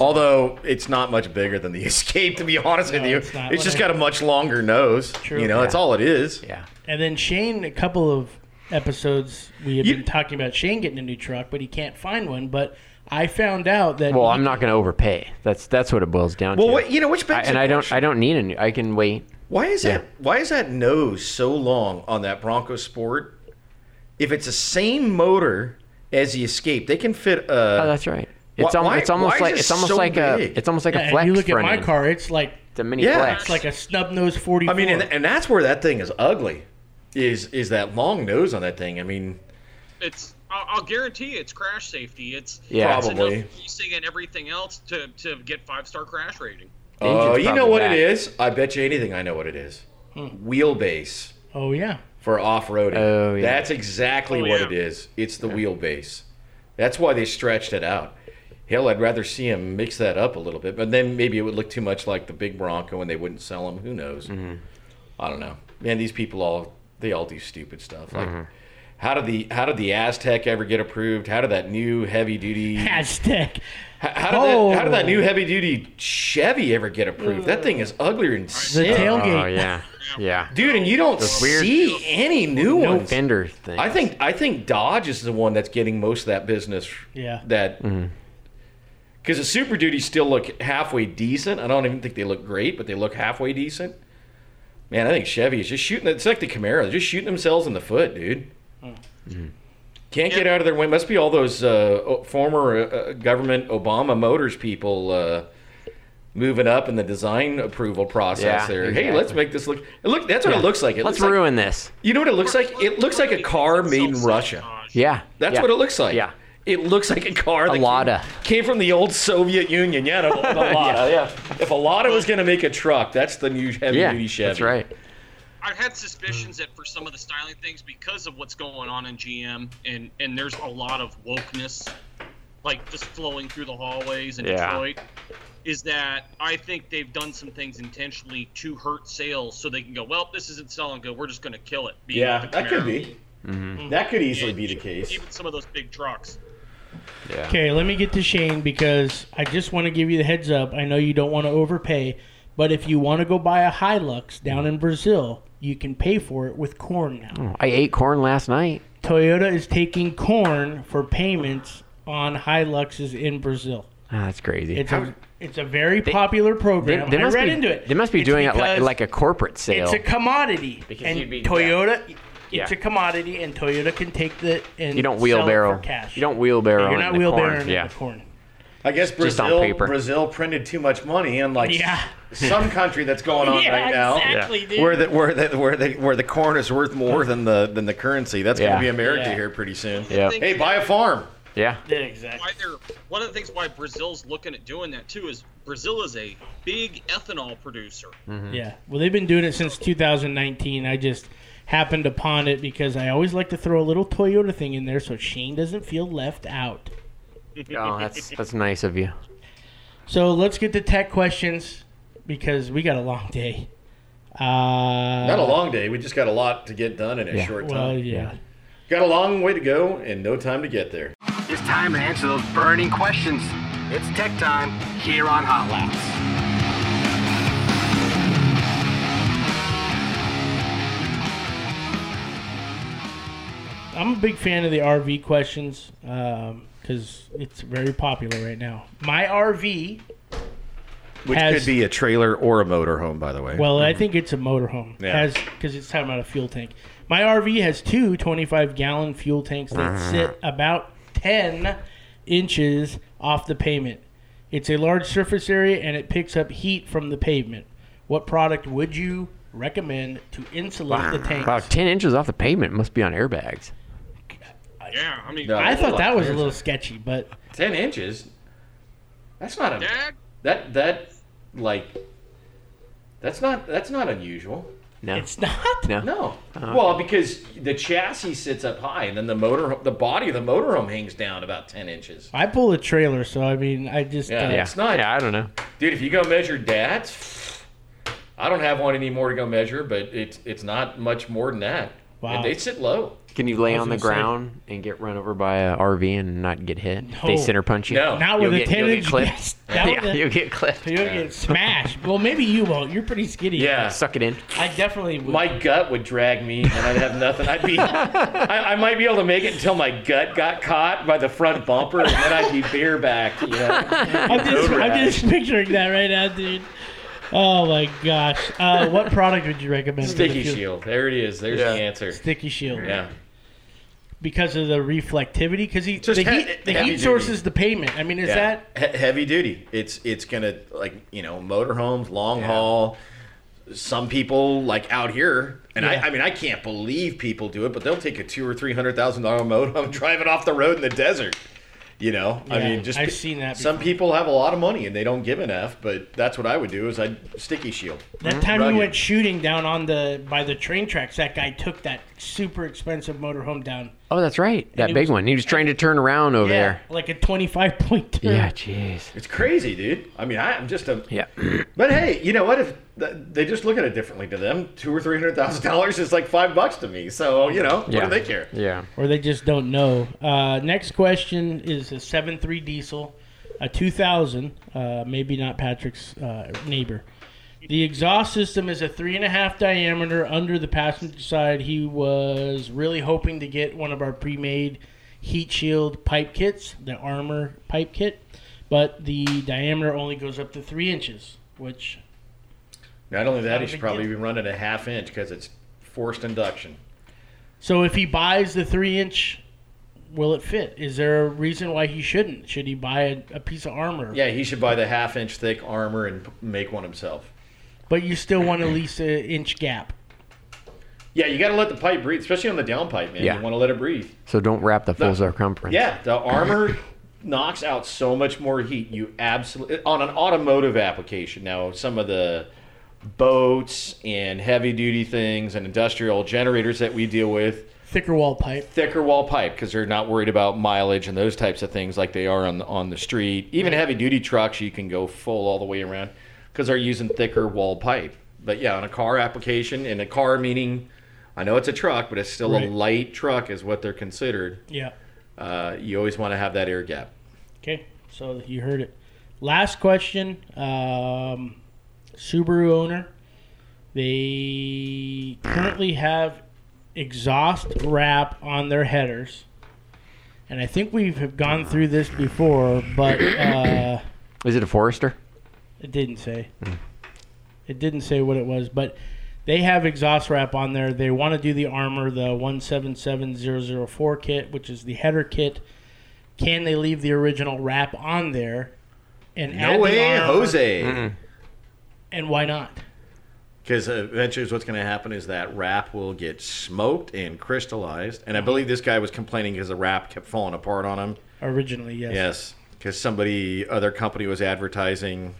Speaker 4: Although it's not much bigger than the [laughs] Escape, to be honest with
Speaker 2: No,
Speaker 4: you,
Speaker 2: it's
Speaker 4: it's,
Speaker 2: not.
Speaker 4: just got a much longer nose.
Speaker 2: True.
Speaker 4: You know, that's all it is.
Speaker 3: Yeah.
Speaker 2: And then Shane, a couple of episodes we have
Speaker 4: You-
Speaker 2: been talking about Shane getting a new truck, but he can't find one. But I found out that
Speaker 3: Well, I'm not going to overpay. That's that's what it boils down
Speaker 4: Well,
Speaker 3: to.
Speaker 4: what, you know, which
Speaker 3: I,
Speaker 4: begs
Speaker 3: and
Speaker 4: the
Speaker 3: I don't
Speaker 4: question,
Speaker 3: I don't need a new. I can wait.
Speaker 4: Why is
Speaker 3: Yeah.
Speaker 4: that? Why is that nose so long on that Bronco Sport? If it's the same motor as the Escape, they can fit.
Speaker 3: Oh,
Speaker 4: Uh,
Speaker 3: that's right. It's,
Speaker 4: Why-
Speaker 3: al-
Speaker 4: why-
Speaker 3: it's almost
Speaker 4: why is
Speaker 3: like
Speaker 4: it
Speaker 3: it's almost
Speaker 4: so
Speaker 3: like
Speaker 4: big?
Speaker 3: a it's almost like
Speaker 2: Yeah,
Speaker 3: a
Speaker 2: and
Speaker 3: flex.
Speaker 2: you look at
Speaker 3: front
Speaker 2: my
Speaker 3: end.
Speaker 2: car; it's like
Speaker 3: It's a mini
Speaker 4: Yeah.
Speaker 3: flex.
Speaker 2: It's like a snub nose 44.
Speaker 4: I mean, and, and that's where that thing is ugly. Is is that long nose on that thing? I mean,
Speaker 5: It's I'll, I'll guarantee it's crash safety. It's
Speaker 3: Yeah.
Speaker 5: it's
Speaker 4: Probably.
Speaker 5: enough leasing and everything else to to get five star crash rating.
Speaker 4: oh,
Speaker 3: Engine's
Speaker 4: you know
Speaker 3: probably
Speaker 4: what
Speaker 3: back.
Speaker 4: it is? I bet you anything, I know what it is.
Speaker 2: Hmm.
Speaker 4: Wheelbase
Speaker 2: oh yeah.
Speaker 4: for off roading.
Speaker 3: Oh, yeah.
Speaker 4: That's exactly
Speaker 5: Oh,
Speaker 4: what
Speaker 5: yeah.
Speaker 4: it is. It's the wheelbase. That's why they stretched it out. Hell, I'd rather see him mix that up a little bit, but then maybe it would look too much like the big Bronco, and they wouldn't sell them. Who knows?
Speaker 3: Mm-hmm.
Speaker 4: I don't know. Man, these people all they all do stupid stuff. Like,
Speaker 3: Mm-hmm.
Speaker 4: how did the how did the Aztec ever get approved? How did that new heavy
Speaker 5: [laughs]
Speaker 4: duty? how,
Speaker 2: Aztec.
Speaker 4: how did that, how did that new heavy duty Chevy ever get approved? That thing is uglier than
Speaker 2: The
Speaker 4: sin.
Speaker 2: tailgate.
Speaker 3: Oh yeah,
Speaker 2: [laughs]
Speaker 3: yeah.
Speaker 4: dude. And you don't
Speaker 3: weird-
Speaker 4: see any new ones.
Speaker 3: Fender thing.
Speaker 4: I think I think Dodge is the one that's getting most of that business.
Speaker 2: Yeah.
Speaker 4: That
Speaker 3: Mm-hmm.
Speaker 4: because the Super Duties still look halfway decent. I don't even think they look great, but they look halfway decent. Man, I think Chevy is just shooting. It's like the Camaro; they're just shooting themselves in the foot, dude.
Speaker 3: Mm-hmm.
Speaker 4: Can't get out of their way. Must be all those uh, o- former uh, government Obama Motors people uh, moving up in the design approval process.
Speaker 3: Yeah,
Speaker 4: there, hey,
Speaker 3: exactly.
Speaker 4: let's make this look. Look, that's what
Speaker 3: Yeah.
Speaker 4: it looks like. It
Speaker 3: Let's
Speaker 4: looks like,
Speaker 3: ruin this.
Speaker 4: You know what it looks like? It looks like a car made in Russia.
Speaker 3: Yeah.
Speaker 4: That's
Speaker 3: yeah.
Speaker 4: what it looks like.
Speaker 3: Yeah.
Speaker 4: It looks like a car that
Speaker 3: Lada.
Speaker 4: Came, came from the old Soviet Union. Yeah, the, the
Speaker 3: [laughs]
Speaker 4: Lada. yeah. If a Lada was going to make a truck, that's the new heavy
Speaker 3: Yeah,
Speaker 4: duty Chevy.
Speaker 3: that's right.
Speaker 5: I've had suspicions that for some of the styling things, because of what's going on in GM, and and there's a lot of wokeness, like just flowing through the hallways in
Speaker 3: Yeah.
Speaker 5: Detroit, is that I think they've done some things intentionally to hurt sales, so they can go, well, this isn't selling good, we're just going to kill it. Being
Speaker 4: Yeah,
Speaker 5: the
Speaker 4: that could
Speaker 5: Camaro,
Speaker 4: be.
Speaker 3: Mm-hmm.
Speaker 4: That could easily be the case.
Speaker 5: Even some of those big trucks.
Speaker 3: Yeah.
Speaker 2: Okay, let me get to Shane because I just want to give you the heads up. I know you don't want to overpay, but if you want to go buy a Hilux down in Brazil, you can pay for it with corn now.
Speaker 3: I ate corn last night.
Speaker 2: Toyota is taking corn for payments on Hiluxes in Brazil.
Speaker 3: Ah, that's crazy.
Speaker 2: It's a it's a very popular
Speaker 3: They-
Speaker 2: program.
Speaker 3: they
Speaker 2: I
Speaker 3: must
Speaker 2: read
Speaker 3: be,
Speaker 2: into it.
Speaker 3: They must be
Speaker 2: It's
Speaker 3: doing it like,
Speaker 2: because
Speaker 3: like a corporate sale.
Speaker 2: it's a commodity.
Speaker 3: Because
Speaker 2: and
Speaker 3: you'd be-
Speaker 2: Toyota, it's
Speaker 3: Yeah.
Speaker 2: a commodity, and Toyota can take the and
Speaker 3: you don't
Speaker 2: sell it
Speaker 3: wheelbarrow.
Speaker 2: for cash.
Speaker 3: You don't wheelbarrow.
Speaker 2: You're not
Speaker 3: into corn.
Speaker 2: wheelbarrowing
Speaker 3: Yeah.
Speaker 2: the corn.
Speaker 4: I guess
Speaker 3: Just on
Speaker 4: Brazil
Speaker 3: paper.
Speaker 4: Brazil printed too much money, unlike
Speaker 2: Yeah.
Speaker 4: some country that's going
Speaker 2: [laughs]
Speaker 4: on [laughs]
Speaker 2: Yeah,
Speaker 4: right now.
Speaker 2: exactly, dude.
Speaker 4: Where the where the where the where the corn is worth more than the than the currency. That's going
Speaker 3: Yeah.
Speaker 4: to be America
Speaker 2: Yeah.
Speaker 4: here pretty soon.
Speaker 3: Yeah.
Speaker 5: Think-
Speaker 4: Hey, buy a farm.
Speaker 3: Yeah.
Speaker 2: Yeah, exactly.
Speaker 5: why they're one of the things why Brazil's looking at doing that too is Brazil is a big ethanol producer.
Speaker 2: Yeah. Well, they've been doing it since 2019. I just happened upon it because I always like to throw a little Toyota thing in there so Shane doesn't feel left out.
Speaker 3: Oh, that's that's nice of you.
Speaker 2: So let's get to tech questions because we got a long day. Uh,
Speaker 4: Not a long day. We just got a lot to get done in a
Speaker 3: Yeah.
Speaker 4: short time.
Speaker 2: Well, Uh-huh. yeah.
Speaker 4: Got a long way to go and no time to get there.
Speaker 6: It's time to answer those burning questions. It's tech time here on Hot Laps.
Speaker 2: I'm a big fan of the RV questions because it's very popular right now. My RV,
Speaker 4: Which
Speaker 2: Has-
Speaker 4: could be a trailer or a motorhome, by the way.
Speaker 2: well, I think it's a motorhome
Speaker 4: Yeah.
Speaker 2: has because it's talking about a fuel tank. My RV has two 25 gallon fuel tanks that
Speaker 3: Mm-hmm.
Speaker 2: sit about 10 inches off the pavement. It's a large surface area and it picks up heat from the pavement. What product would you recommend to insulate the tanks?
Speaker 3: Wow, ten inches off the pavement must be on airbags.
Speaker 5: Yeah, I mean,
Speaker 4: No.
Speaker 2: I thought that was a little sketchy, but
Speaker 4: ten inches. That's not a
Speaker 5: Dad,
Speaker 4: that that like. That's not that's not unusual.
Speaker 3: No.
Speaker 2: it's not.
Speaker 3: no.
Speaker 4: No.
Speaker 2: Uh-huh.
Speaker 4: Well, because the chassis sits up high, and then the motor the body of the motorhome hangs down about ten inches.
Speaker 2: I pull a trailer, so I mean, I just
Speaker 4: Yeah.
Speaker 2: uh,
Speaker 3: Yeah.
Speaker 4: It's not-
Speaker 3: Yeah, I don't know.
Speaker 4: Dude, if you go measure dads, I don't have one anymore to go measure, but it's it's not much more than that.
Speaker 2: Wow.
Speaker 4: And they sit low.
Speaker 3: Can you lay
Speaker 2: was
Speaker 3: on the
Speaker 2: gonna say-
Speaker 3: ground and get run over by a RV and not get hit?
Speaker 2: No.
Speaker 3: They center punch you.
Speaker 4: No.
Speaker 2: not
Speaker 3: You'll
Speaker 2: with a
Speaker 3: get-
Speaker 2: ten
Speaker 3: you'll get
Speaker 2: inch.
Speaker 3: clipped.
Speaker 2: [laughs]
Speaker 3: [laughs]
Speaker 2: Yes, that
Speaker 3: yeah,
Speaker 2: was a-
Speaker 3: you'll get clipped.
Speaker 2: You'll get smashed. Well, maybe you won't. You're pretty skinny.
Speaker 4: Yeah.
Speaker 3: Suck it in.
Speaker 2: I definitely would.
Speaker 4: my gut would drag me and I'd have nothing. I'd be, I, I might be able to make it until my gut got caught by the front bumper and then I'd be barebacked. You know?
Speaker 2: I'm just,
Speaker 4: road
Speaker 2: I'm
Speaker 4: rash.
Speaker 2: just [laughs] picturing that right now, dude. Oh my gosh. Uh, what product would you recommend? for the
Speaker 4: Sticky
Speaker 2: fuel-
Speaker 4: shield. There it is. There's the answer.
Speaker 2: Sticky shield.
Speaker 4: Yeah.
Speaker 2: because of the reflectivity? Because he
Speaker 4: Just
Speaker 2: the
Speaker 4: he-
Speaker 2: heat, the
Speaker 4: heavy
Speaker 2: heat
Speaker 4: duty.
Speaker 2: source is the pavement. I mean, is
Speaker 4: Yeah.
Speaker 2: that
Speaker 4: He- heavy duty? It's it's gonna like you know motorhomes, long haul. Some people like out here, and
Speaker 2: Yeah.
Speaker 4: I, I mean I can't believe people do it, but they'll take a two or three hundred thousand dollar motorhome [laughs] and drive it off the road in the desert. You know, I
Speaker 2: Yeah,
Speaker 4: mean, just
Speaker 2: I've seen that
Speaker 4: Some people have a lot of money and they don't give an f, but that's what I would do is I'd sticky shield.
Speaker 2: that time
Speaker 4: Mm-hmm. Rugged.
Speaker 2: we went shooting down on the by the train tracks? That guy took that super expensive motorhome down.
Speaker 3: Oh, that's right. That
Speaker 2: it
Speaker 3: big
Speaker 2: was-
Speaker 3: one. He was trying to turn around over there.
Speaker 2: like a twenty-five point turn.
Speaker 3: Yeah, jeez.
Speaker 4: It's crazy, dude. I mean, I, I'm just a
Speaker 3: Yeah. [clears throat]
Speaker 4: But hey, you know what? If th- they just look at it differently to them, two or three hundred thousand dollars is like five bucks to me. So you know,
Speaker 3: yeah.
Speaker 4: what do they care?
Speaker 3: Yeah.
Speaker 2: or they just don't know. Uh, next question is a seven three diesel, a 2000, uh, maybe not Patrick's uh, neighbor. The exhaust system is a three and a half diameter under the passenger side. He was really hoping to get one of our pre made heat shield pipe kits, the armor pipe kit, but the diameter only goes up to three inches, which
Speaker 4: Not only that,
Speaker 2: Not a
Speaker 4: he should
Speaker 2: big
Speaker 4: probably
Speaker 2: deal.
Speaker 4: be running a half inch because it's forced induction.
Speaker 2: So if he buys the three inch, will it fit? Is there a reason why he shouldn't? Should he buy a, a piece of armor?
Speaker 4: Yeah, he should buy the half inch thick armor and p- make one himself.
Speaker 2: But you still want at least an inch gap.
Speaker 4: Yeah, you got to let the pipe breathe, especially on the downpipe, man.
Speaker 3: Yeah.
Speaker 4: You want to let it breathe.
Speaker 3: So don't wrap the full
Speaker 4: No.
Speaker 3: circumference.
Speaker 4: Yeah, the armor [laughs] knocks out so much more heat. You absolutely on an automotive application. Now, some of the boats and heavy duty things and industrial generators that we deal with,
Speaker 2: Thicker wall pipe.
Speaker 4: thicker wall pipe because they're not worried about mileage and those types of things like they are on the, on the street. Even heavy duty trucks, you can go full all the way around because they're using thicker wall pipe. But yeah, on a car application, in a car meaning, I know it's a truck, but it's still
Speaker 2: Right.
Speaker 4: a light truck is what they're considered
Speaker 2: Yeah.
Speaker 4: uh, you always want to have that air gap.
Speaker 2: Okay. So you heard it. Last question. Um, Subaru owner. They currently have exhaust wrap on their headers. And I think we've have gone through this before, but uh,
Speaker 3: Is it a Forester?
Speaker 2: It didn't say.
Speaker 4: Hmm.
Speaker 2: It didn't say what it was, but they have exhaust wrap on there. They want to do the armor, the 177004 kit, which is the header kit. Can they leave the original wrap on there and add
Speaker 4: No way,
Speaker 2: the armor?
Speaker 4: Jose.
Speaker 2: And why not?
Speaker 4: Because eventually, what's going to happen is that wrap will get smoked and crystallized. And I believe this guy was complaining because the wrap kept falling apart on him.
Speaker 2: Originally, yes.
Speaker 4: Yes, because somebody, other company was advertising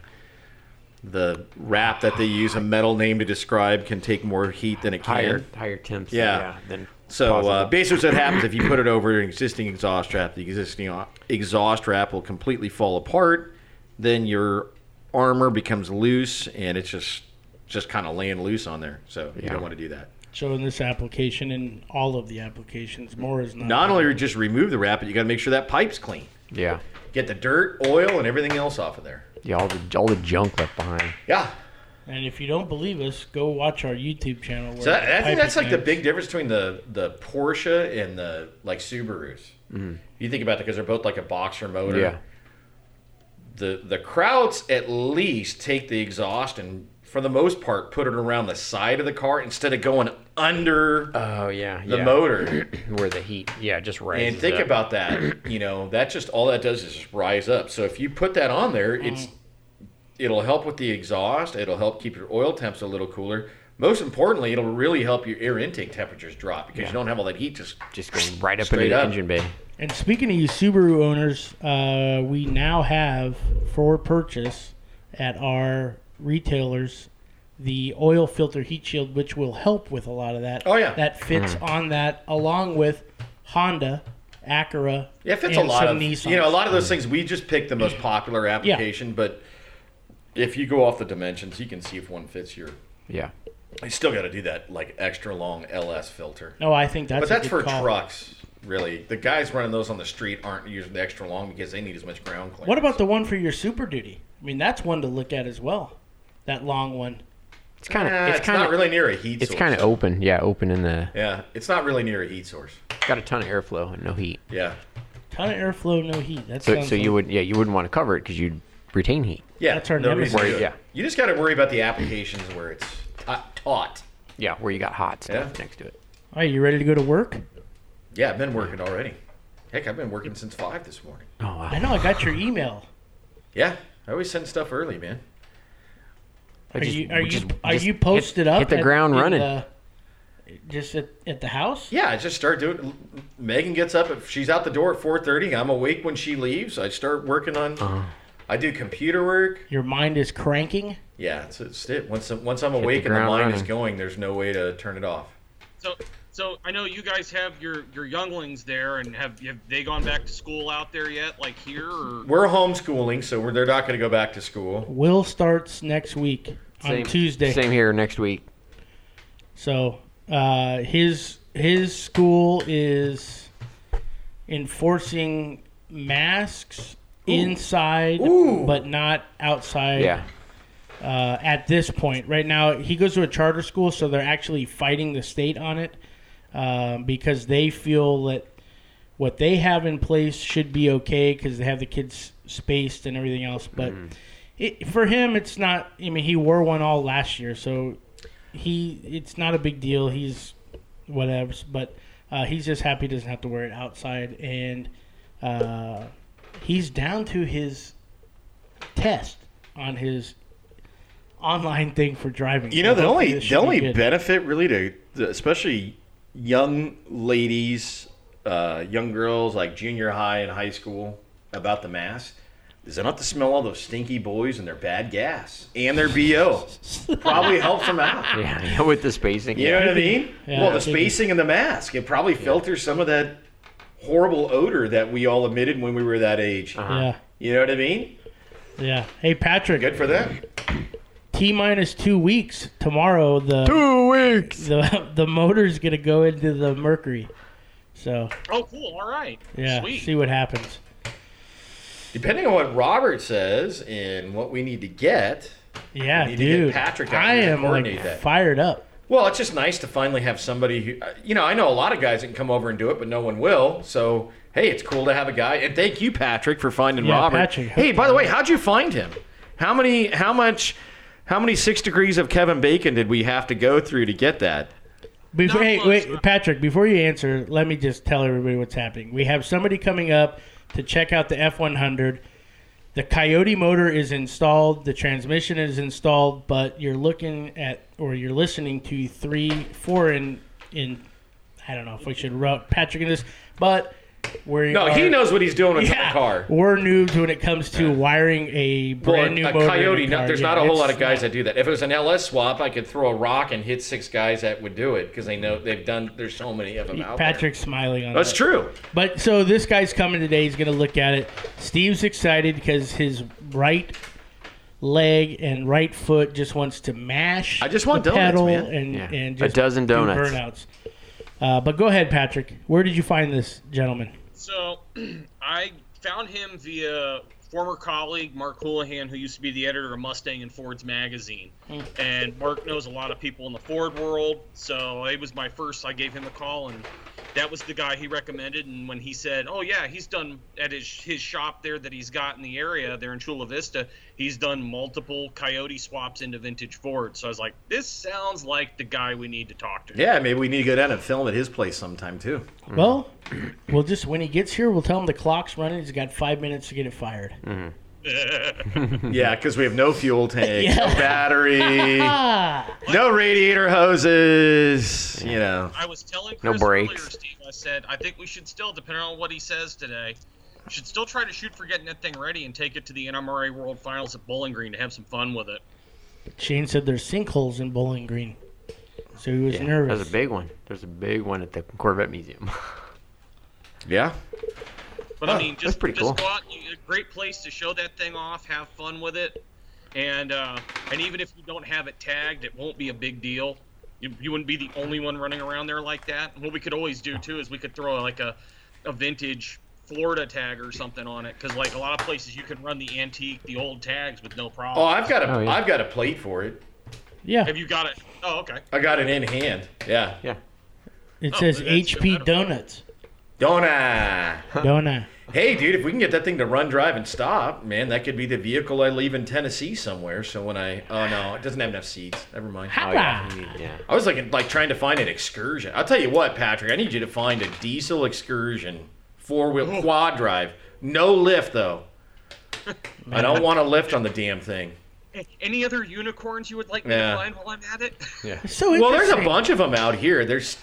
Speaker 4: the wrap that they use a metal name to describe can take more heat than it can.
Speaker 3: Higher higher temps.
Speaker 4: Yeah.
Speaker 3: Then
Speaker 4: So uh,
Speaker 3: positive.
Speaker 4: basically, what happens if you put it over an existing exhaust wrap, the existing o- exhaust wrap will completely fall apart. Then your armor becomes loose, and it's just just kind of laying loose on there. So you
Speaker 3: Yeah.
Speaker 4: don't want to do that.
Speaker 2: So in this application and all of the applications, more is not.
Speaker 4: Not only just remove the wrap, but you got to make sure that pipe's clean.
Speaker 3: yeah.
Speaker 4: Get the dirt, oil, and everything else off of there.
Speaker 3: Yeah, all the all the junk left behind.
Speaker 4: Yeah,
Speaker 2: And if you don't believe us, go watch our YouTube channel. Where
Speaker 4: so that, I
Speaker 2: Pipe
Speaker 4: think that's like the
Speaker 2: Ignites-
Speaker 4: big difference between the the Porsche and the like Subarus. You think about it because they're both like a boxer motor.
Speaker 3: Mm-hmm. Yeah.
Speaker 4: the the Krauts at least take the exhaust and for the most part put it around the side of the car instead of going under
Speaker 3: Oh yeah.
Speaker 4: the
Speaker 3: [clears throat]
Speaker 4: motor.
Speaker 3: where the heat. Yeah, just right.
Speaker 4: and think about that. You know, that just all that does is just rise up. So if you put that on there, it's it'll help with the exhaust, it'll help keep your oil temps a little cooler. Most importantly, it'll really help your air intake temperatures drop because you don't have all that heat just
Speaker 3: just going right up into
Speaker 4: Straight
Speaker 3: the
Speaker 4: up.
Speaker 3: engine bay.
Speaker 2: And speaking of you Subaru owners, uh, we now have for purchase at our retailers the oil filter heat shield, which will help with a lot of that.
Speaker 4: Oh, yeah.
Speaker 2: that fits
Speaker 3: Mm.
Speaker 2: on that along with Honda, Acura.
Speaker 4: Yeah, it fits a
Speaker 2: and
Speaker 4: lot
Speaker 2: some
Speaker 4: of
Speaker 2: Nissans.
Speaker 4: you know a lot of those things. We just picked the most popular application, but if you go off the dimensions, you can see if one fits your.
Speaker 3: Yeah.
Speaker 4: You still got to do that like extra long LS filter,
Speaker 2: No, I think that's
Speaker 4: but
Speaker 2: a
Speaker 4: that's
Speaker 2: good
Speaker 4: for
Speaker 2: call.
Speaker 4: trucks. Really, the guys running those on the street aren't using the extra long because they need as much ground clearance.
Speaker 2: What about the one for your Super Duty? I mean, that's one to look at as well. That long one.
Speaker 3: It's kind of
Speaker 4: Eh,
Speaker 3: it's
Speaker 4: it's
Speaker 3: kind
Speaker 4: not
Speaker 3: of
Speaker 4: really near a heat.
Speaker 3: it's
Speaker 4: source.
Speaker 3: kind of open. Yeah, open in the
Speaker 4: Yeah, it's not really near a heat source.
Speaker 3: got a ton of airflow and no heat.
Speaker 4: Yeah,
Speaker 2: Ton of airflow, no heat. That
Speaker 3: So
Speaker 2: sounds
Speaker 3: so you
Speaker 2: like-
Speaker 3: would yeah, you wouldn't want to cover it cuz you'd retain heat.
Speaker 4: yeah.
Speaker 2: That's our
Speaker 4: no
Speaker 2: never
Speaker 4: reason to
Speaker 3: worry,
Speaker 4: do it.
Speaker 3: yeah.
Speaker 4: you just got to worry about the applications where it's ta- taut.
Speaker 3: Yeah, where you got hot stuff
Speaker 4: Yeah.
Speaker 3: next to it.
Speaker 2: All right, you ready to go to work?
Speaker 4: Yeah, I've been working already. Heck, I've been working since five this morning.
Speaker 3: Oh, wow.
Speaker 2: I know. I got your email.
Speaker 4: Yeah, I always send stuff early, man.
Speaker 3: I
Speaker 2: Are
Speaker 3: just-
Speaker 2: you are you
Speaker 3: just-
Speaker 2: are
Speaker 3: just
Speaker 2: you
Speaker 3: hit-
Speaker 2: posted up?
Speaker 3: Hit the
Speaker 2: at-
Speaker 3: ground
Speaker 2: in
Speaker 3: running.
Speaker 2: the- uh, just at, at the house.
Speaker 4: Yeah, I just start doing. Megan gets up. If she's out the door at four thirty, I'm awake when she leaves. I start working on.
Speaker 2: Uh-huh.
Speaker 4: I do computer work.
Speaker 2: Your mind is cranking.
Speaker 4: Yeah, it's, it's it. Once I'm- once I'm awake and the
Speaker 3: ground
Speaker 4: mind is
Speaker 3: running.
Speaker 4: going, there's no way to turn it off.
Speaker 5: So, so I know you guys have your your younglings there, and have have they gone back to school out there yet? Like here, or
Speaker 4: We're homeschooling, so we're, they're not going to go back to school.
Speaker 2: Will starts next week on
Speaker 3: Same-
Speaker 2: Tuesday.
Speaker 3: Same here next week.
Speaker 2: So uh, his his school is enforcing masks inside, but not outside.
Speaker 3: Yeah.
Speaker 2: uh, at this point. Right now, he goes to a charter school, so they're actually fighting the state on it um, because they feel that what they have in place should be okay because they have the kids spaced and everything else. But it, for him, it's not. I mean, he wore one all last year, so he it's not a big deal. He's whatever, but uh, he's just happy he doesn't have to wear it outside and. Uh, he's down to his test on his online thing for driving.
Speaker 4: You know, the
Speaker 2: Hopefully
Speaker 4: only
Speaker 2: this should
Speaker 4: the
Speaker 2: be
Speaker 4: only
Speaker 2: good.
Speaker 4: benefit really to to- especially young ladies, uh, young girls like junior high and high school about the mask is they don't have to smell all those stinky boys and their bad gas and their bo. probably helps them out.
Speaker 3: [laughs] Yeah. yeah, With the spacing. [laughs]
Speaker 4: You know what I mean?
Speaker 2: Yeah.
Speaker 4: well, the spacing and the mask it probably filters some of that horrible odor that we all emitted when we were that age.
Speaker 2: Yeah,
Speaker 4: You know what I mean?
Speaker 2: yeah. Hey Patrick,
Speaker 4: Good for them.
Speaker 2: T minus two weeks tomorrow. The two weeks. The the motor's gonna go into the Mercury. So
Speaker 5: oh, cool, all right,
Speaker 2: yeah,
Speaker 5: sweet.
Speaker 2: see what happens.
Speaker 4: Depending on what Robert says and what we need to get.
Speaker 2: Yeah,
Speaker 4: We need to get
Speaker 2: dude.
Speaker 4: Patrick out
Speaker 2: I
Speaker 4: here to
Speaker 2: am like
Speaker 4: coordinate that.
Speaker 2: fired up.
Speaker 4: Well, it's just nice to finally have somebody who, uh, you know, I know a lot of guys that can come over and do it, but no one will. So, hey, it's cool to have a guy. And thank you, Patrick, for finding
Speaker 2: Yeah,
Speaker 4: Robert.
Speaker 2: Patrick,
Speaker 4: hey, by the way, how'd you find him? How many, how much, how many six degrees of Kevin Bacon did we have to go through to get that?
Speaker 2: Before,
Speaker 5: No,
Speaker 2: hey,
Speaker 5: well,
Speaker 2: wait,
Speaker 5: it's not.
Speaker 2: Patrick, before you answer, let me just tell everybody what's happening. We have somebody coming up to check out the F 100. The Coyote motor is installed, the transmission is installed, but you're looking at or you're listening to three, four in, in I don't know if we should route Patrick in this, but we're.
Speaker 4: No, he knows what he's doing with
Speaker 2: Yeah,
Speaker 4: the car.
Speaker 2: We're noobs when it comes to wiring a brand new
Speaker 4: a
Speaker 2: motor. in
Speaker 4: coyote.
Speaker 2: a
Speaker 4: No,
Speaker 2: car.
Speaker 4: there's
Speaker 2: Yeah,
Speaker 4: not a whole
Speaker 2: it's-
Speaker 4: lot of guys that do that. If it was an LS swap, I could throw a rock and hit six guys that would do it because they know they've done. There's so many of them out there.
Speaker 2: Patrick's smiling on
Speaker 4: that's
Speaker 2: that.
Speaker 4: true.
Speaker 2: But so this guy's coming today. He's going to look at it. Steve's excited because his right leg and right foot just wants to mash.
Speaker 4: I just want
Speaker 2: the
Speaker 4: donuts,
Speaker 2: pedal
Speaker 4: man.
Speaker 2: and
Speaker 3: Yeah.
Speaker 2: and
Speaker 3: A
Speaker 2: just
Speaker 3: dozen
Speaker 2: do
Speaker 3: donuts.
Speaker 2: burnouts. Uh, but go ahead, Patrick. Where did you find this gentleman?
Speaker 5: So [clears throat] I found him via former colleague Mark Houlihan, who used to be the editor of Mustang and Ford's magazine. And Mark knows a lot of people in the Ford world, so it was my first. I gave him a call, and that was the guy he recommended. And when he said, "Oh yeah, he's done at his his shop there that he's got in the area there in Chula Vista, he's done multiple Coyote swaps into vintage Ford." So I was like, "This sounds like the guy we need to talk to."
Speaker 4: Yeah, maybe we need to go down and film at his place sometime too.
Speaker 3: Mm.
Speaker 2: Well, we'll just when he gets here, we'll tell him the clock's running. He's got five minutes to get it fired.
Speaker 3: Mm.
Speaker 4: Yeah, because we have no fuel tank,
Speaker 2: [laughs] Yeah.
Speaker 4: no battery,
Speaker 2: Ah,
Speaker 4: no radiator hoses. You know,
Speaker 5: I was telling
Speaker 3: No
Speaker 5: Chris
Speaker 3: brakes.
Speaker 5: earlier, Steve. I said I think we should still, depending on what he says today, should still try to shoot for getting that thing ready and take it to the NMRA World Finals at Bowling Green to have some fun with it.
Speaker 2: Shane said there's sinkholes in Bowling Green, so he was
Speaker 3: Yeah,
Speaker 2: [laughs] nervous.
Speaker 3: There's a big one. There's a big one at the Corvette Museum. [laughs]
Speaker 4: yeah.
Speaker 5: But
Speaker 4: Oh,
Speaker 5: I mean,
Speaker 3: that's
Speaker 5: just
Speaker 3: pretty
Speaker 5: just
Speaker 3: cool.
Speaker 5: go out. and- A great place to show that thing off, have fun with it, and uh, and even if you don't have it tagged, it won't be a big deal. You, you wouldn't be the only one running around there like that. And what we could always do too is we could throw like a a vintage Florida tag or something on it, because like a lot of places you can run the antique, the old tags with no
Speaker 4: Oh,
Speaker 5: problem.
Speaker 4: I've got a,
Speaker 3: Oh, yeah.
Speaker 4: have got a plate for it.
Speaker 2: yeah,
Speaker 5: Have you got it? Oh, okay.
Speaker 4: I got it in hand. Yeah,
Speaker 3: yeah.
Speaker 2: it
Speaker 5: Oh,
Speaker 2: says
Speaker 5: that's even
Speaker 2: HP
Speaker 5: better.
Speaker 2: Donuts.
Speaker 4: don't I?
Speaker 2: Donut.
Speaker 4: Hey, dude, if we can get that thing to run, drive, and stop, man, that could be the vehicle I leave in Tennessee somewhere. So when I, oh no, it doesn't have enough seats. Never mind.
Speaker 2: Ha-
Speaker 3: [laughs] Oh, yeah. you need- yeah.
Speaker 4: I was like, like trying to find an excursion. I'll tell you what, Patrick, I need you to find a diesel excursion, four
Speaker 2: Oh.
Speaker 4: wheel quad drive, no lift though. I don't want a lift on the damn thing.
Speaker 5: Any other unicorns you would like me
Speaker 4: Yeah.
Speaker 5: to find while I'm at it?
Speaker 2: [laughs] It's so
Speaker 4: Well, there's a
Speaker 2: interesting.
Speaker 4: bunch of them out here. There's,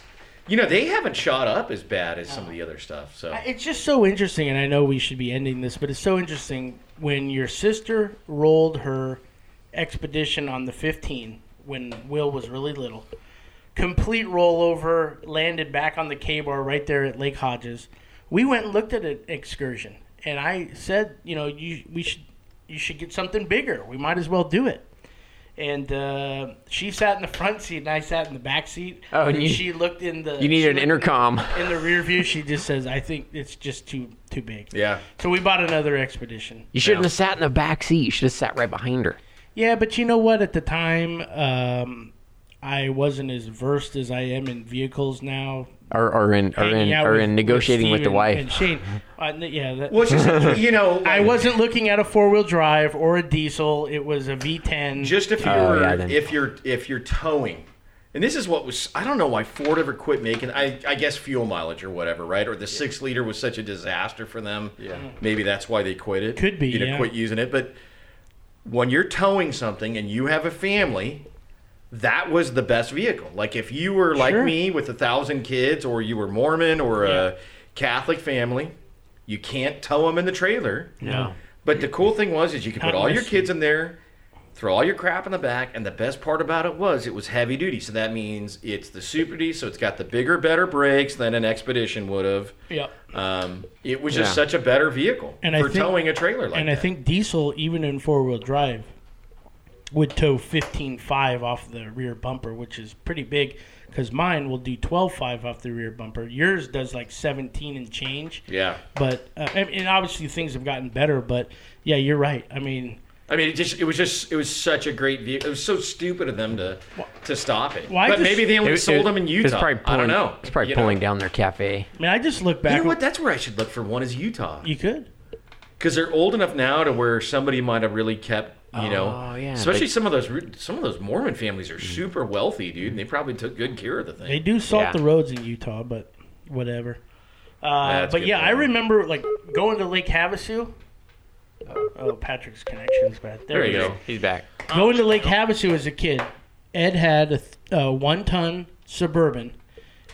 Speaker 4: you know, they haven't shot up as bad as some of the other stuff. So
Speaker 2: It's just so interesting, and I know we should be ending this, but it's so interesting when your sister rolled her expedition on the 15 when Will was really little. Complete rollover, landed back on the K bar right there at Lake Hodges. We went and looked at an excursion, and I said, you know, you we should you should get something bigger. We might as well do it. And uh, she sat in the front seat, and I sat in the back seat.
Speaker 3: Oh, and you-
Speaker 2: she looked in the.
Speaker 3: You need
Speaker 2: she
Speaker 3: an
Speaker 2: looked-
Speaker 3: intercom.
Speaker 2: in the rear view, she just says, "I think it's just too too big."
Speaker 4: yeah,
Speaker 2: So we bought another expedition.
Speaker 3: You shouldn't have sat in the back seat. You should have sat right behind her.
Speaker 2: Yeah, but you know what? At the time, um, I wasn't as versed as I am in vehicles now.
Speaker 3: Or, or in or in
Speaker 2: Hanging out
Speaker 3: or
Speaker 2: with-
Speaker 3: in negotiating with,
Speaker 2: Steve
Speaker 3: the
Speaker 2: and-
Speaker 3: wife.
Speaker 2: and Shane. Uh, n- yeah, that,
Speaker 4: well, it's just you know,
Speaker 2: [laughs] I
Speaker 4: like-
Speaker 2: wasn't looking at a four wheel drive or a diesel. It was a V10.
Speaker 4: just if you're
Speaker 3: Oh, yeah, then-
Speaker 4: if you're if you're towing and this is what was i don't know why ford ever quit making i, I guess fuel mileage or whatever right or the six liter was such a disaster for them yeah maybe that's why they quit it
Speaker 2: Could be,
Speaker 4: you know
Speaker 2: yeah.
Speaker 4: quit using it but when you're towing something and you have a family that was the best vehicle like if you were like
Speaker 2: Sure.
Speaker 4: me with a thousand kids or you were mormon or
Speaker 2: Yeah.
Speaker 4: a catholic family you can't tow them in the trailer
Speaker 3: No.
Speaker 4: but the cool thing was is you could
Speaker 2: Not
Speaker 4: put all your
Speaker 2: unless you-
Speaker 4: kids in there, throw all your crap in the back, and the best part about it was it was heavy duty. So that means it's the Super D, so it's got the bigger, better brakes than an Expedition would have.
Speaker 2: Yep.
Speaker 4: Um, it was just
Speaker 3: Yeah.
Speaker 4: such a better vehicle
Speaker 2: And I
Speaker 4: for
Speaker 2: think-
Speaker 4: towing a trailer like
Speaker 2: and
Speaker 4: that.
Speaker 2: I think diesel, even in four wheel drive, would tow 15.5 off the rear bumper, which is pretty big because mine will do 12.5 off the rear bumper. Yours does like 17 and change.
Speaker 4: yeah,
Speaker 2: But, uh, and, and obviously things have gotten better, but yeah, you're right. I mean,
Speaker 4: I mean, it just it was just it was such a great vehicle. It was so stupid of them to to stop it.
Speaker 2: Why
Speaker 4: but
Speaker 2: just-
Speaker 4: maybe they only
Speaker 3: It-
Speaker 4: sold
Speaker 3: it-
Speaker 4: them in Utah.
Speaker 3: It's probably
Speaker 4: I
Speaker 3: pulling,
Speaker 4: don't know.
Speaker 3: It's probably
Speaker 4: You know?
Speaker 3: pulling down their cafe.
Speaker 2: I mean, I just look back.
Speaker 4: You know what? That's where I should look for one is Utah.
Speaker 2: you could.
Speaker 4: because they're old enough now to where somebody might have really kept you know
Speaker 3: Oh, yeah,
Speaker 4: especially
Speaker 3: they-
Speaker 4: some of those re- some of those mormon families are super wealthy dude and they probably took good care of the
Speaker 2: They
Speaker 4: thing
Speaker 2: do salt
Speaker 3: Yeah.
Speaker 2: the roads in Utah, but whatever. Uh,
Speaker 4: That's
Speaker 2: but
Speaker 4: good
Speaker 2: yeah, I
Speaker 4: point.
Speaker 2: remember like going to Lake Havasu. Oh, Patrick's connection's bad. There,
Speaker 4: there
Speaker 2: we
Speaker 4: you
Speaker 2: go.
Speaker 4: go
Speaker 3: He's back.
Speaker 2: Going to Lake Havasu as a kid, Ed had a th- uh, one-ton suburban.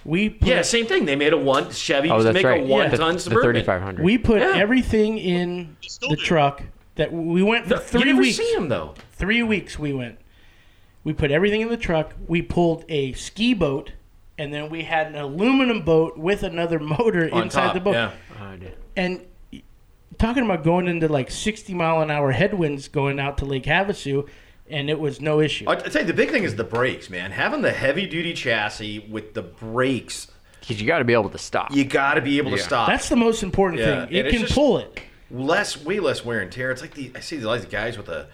Speaker 2: We put,
Speaker 4: yeah same thing they made a one chevy
Speaker 3: Oh,
Speaker 4: used to
Speaker 3: that's
Speaker 4: make
Speaker 3: right.
Speaker 4: a
Speaker 3: The-
Speaker 4: one-ton
Speaker 3: the,
Speaker 4: suburban
Speaker 3: 3500.
Speaker 2: we put
Speaker 4: Yeah.
Speaker 2: everything in
Speaker 5: still
Speaker 2: the
Speaker 5: do.
Speaker 2: truck that we went for
Speaker 4: Th-
Speaker 2: three
Speaker 4: you never
Speaker 2: weeks.
Speaker 4: see them though
Speaker 2: Three weeks we went. We put everything in the truck. We pulled a ski boat, and then we had an aluminum boat with another [laughs] motor
Speaker 4: on
Speaker 2: inside
Speaker 4: top
Speaker 2: the boat.
Speaker 4: yeah
Speaker 3: Oh, dude.
Speaker 2: and talking about going into like 60 mile an hour headwinds going out to Lake Havasu, and it was no issue.
Speaker 4: I, I tell you the big thing is the brakes man having the heavy duty chassis with the brakes
Speaker 3: Because you got to be able to stop.
Speaker 4: you got to be able to stop
Speaker 2: That's the most important
Speaker 4: Yeah,
Speaker 2: thing. It
Speaker 4: and it's
Speaker 2: can
Speaker 4: just-
Speaker 2: pull it.
Speaker 4: less, way less wear and tear. It's like the I see these guys with a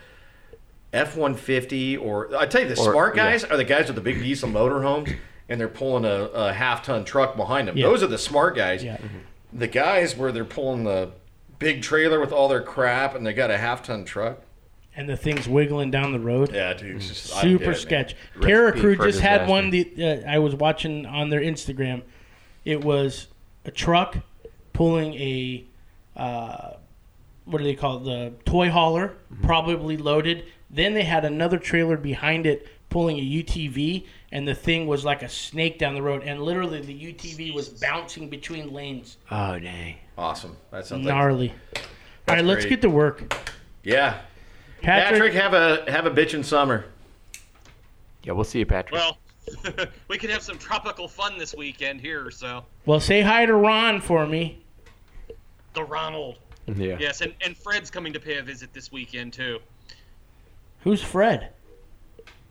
Speaker 4: F one fifty or I tell you the
Speaker 3: Or-
Speaker 4: smart guys are the guys with the big diesel motorhomes and they're pulling a, a half ton truck behind them.
Speaker 2: Yeah.
Speaker 4: Those are the smart guys.
Speaker 2: Yeah.
Speaker 4: The guys where they're pulling the big trailer with all their crap and they got a half ton truck.
Speaker 2: And the thing's wiggling down the road.
Speaker 4: Yeah, dude, it's just I don't get
Speaker 2: Super
Speaker 4: it, man.
Speaker 2: sketch.
Speaker 3: Recipe
Speaker 2: Terror Crew
Speaker 3: for
Speaker 2: just had
Speaker 3: disaster.
Speaker 2: one. The uh, I was watching on their Instagram. It was a truck pulling a uh, what do they call it? The toy hauler,
Speaker 4: Mm-hmm.
Speaker 2: probably loaded. Then they had another trailer behind it pulling a UTV, and the thing was like a snake down the road, and literally the UTV was bouncing between lanes.
Speaker 3: Oh, dang.
Speaker 4: Awesome. That sounds like
Speaker 2: Gnarly. All right, let's
Speaker 4: great.
Speaker 2: get to work.
Speaker 4: yeah.
Speaker 2: Patrick,
Speaker 4: Patrick, have a have a bitchin' summer.
Speaker 3: Yeah, we'll see you, Patrick.
Speaker 5: Well, [laughs] we could have some tropical fun this weekend here, so.
Speaker 2: well, say hi to Ron for me.
Speaker 5: The Ronald.
Speaker 3: yeah.
Speaker 5: Yes, and, and Fred's coming to pay a visit this weekend, too.
Speaker 2: Who's Fred?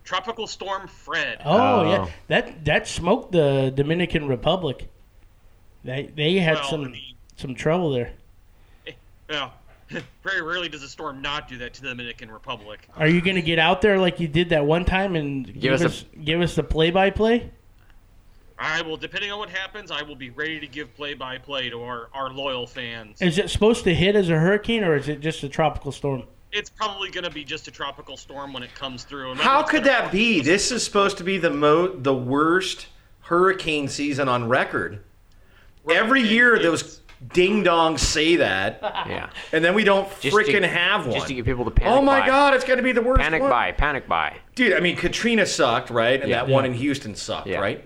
Speaker 5: Tropical Storm Fred.
Speaker 2: Oh,
Speaker 3: Oh.
Speaker 2: yeah, that that smoked the Dominican Republic. They they had
Speaker 5: Well, I
Speaker 2: some
Speaker 5: mean-
Speaker 2: some trouble there.
Speaker 5: Yeah. [laughs] Very rarely does a storm not do that to the Dominican Republic.
Speaker 2: Are you gonna get out there like you did that one time and give,
Speaker 3: us a-
Speaker 2: us, give us the play by play?
Speaker 5: I will, depending on what happens, I will be ready to give play by play to our, our loyal fans.
Speaker 2: Is it supposed to hit as a hurricane or is it just a tropical storm?
Speaker 5: It's probably going to be just a tropical storm when it comes through. and
Speaker 4: How
Speaker 5: it's
Speaker 4: could
Speaker 5: gonna-
Speaker 4: that be? This is supposed to be the mo the worst hurricane season on record. Every year those ding dongs say that,
Speaker 3: [laughs] Yeah.
Speaker 4: and then we don't
Speaker 3: Just to-
Speaker 4: freaking have one.
Speaker 3: Just to get people to panic.
Speaker 4: oh my
Speaker 3: buy.
Speaker 4: god, it's going to be the worst
Speaker 3: Panic
Speaker 4: one.
Speaker 3: buy. Panic buy.
Speaker 4: Dude, I mean Katrina sucked, right? And
Speaker 3: Yeah.
Speaker 4: that one in Houston sucked,
Speaker 3: Yeah.
Speaker 4: right?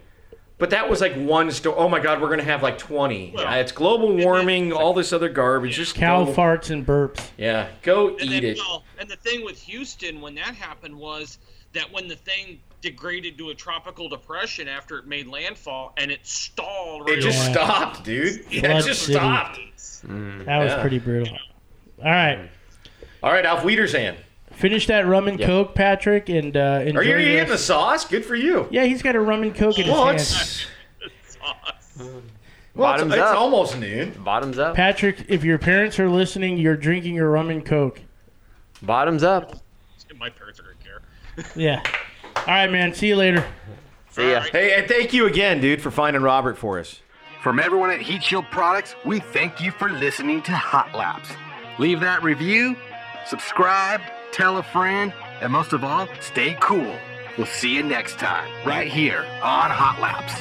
Speaker 4: But that was like one store. Oh my god, we're going to have like 20.
Speaker 5: Well,
Speaker 4: Uh, it's global warming, all this other garbage. Just
Speaker 2: Cow
Speaker 4: go-
Speaker 2: farts and burps.
Speaker 4: Yeah, go
Speaker 5: And
Speaker 4: eat
Speaker 5: then,
Speaker 4: it.
Speaker 5: well, and the thing with Houston when that happened was that when the thing degraded to a tropical depression after it made landfall and it stalled.
Speaker 4: It
Speaker 5: right
Speaker 4: just
Speaker 5: away.
Speaker 4: stopped, dude. [laughs] Yeah,
Speaker 2: Flood
Speaker 4: it just
Speaker 2: city.
Speaker 4: stopped.
Speaker 2: That was
Speaker 4: Mm. Yeah.
Speaker 2: pretty brutal. All right.
Speaker 4: All right, Alf Wiedersand.
Speaker 2: Finish that rum and coke, Patrick, and uh, enjoy
Speaker 4: Are you
Speaker 2: the
Speaker 4: eating
Speaker 2: rest-
Speaker 4: the sauce? Good for you.
Speaker 2: Yeah, he's got a rum and coke in his
Speaker 4: Well,
Speaker 2: hand.
Speaker 4: it's,
Speaker 5: Sauce.
Speaker 4: well, it's,
Speaker 3: Bottoms
Speaker 4: it's
Speaker 3: up.
Speaker 4: almost noon.
Speaker 3: Bottoms up.
Speaker 2: Patrick, if your parents are listening, you're drinking your rum and coke.
Speaker 3: Bottoms up.
Speaker 5: My parents are gonna care.
Speaker 2: Yeah. All right, man. See you later.
Speaker 3: See ya.
Speaker 5: All right.
Speaker 4: Hey, and thank you again, dude, for finding Robert for us.
Speaker 6: From everyone at Heat Shield Products, we thank you for listening to Hot Laps. Leave that review, subscribe, tell a friend, and most of all, stay cool. We'll see you next time, right here on Hot Laps.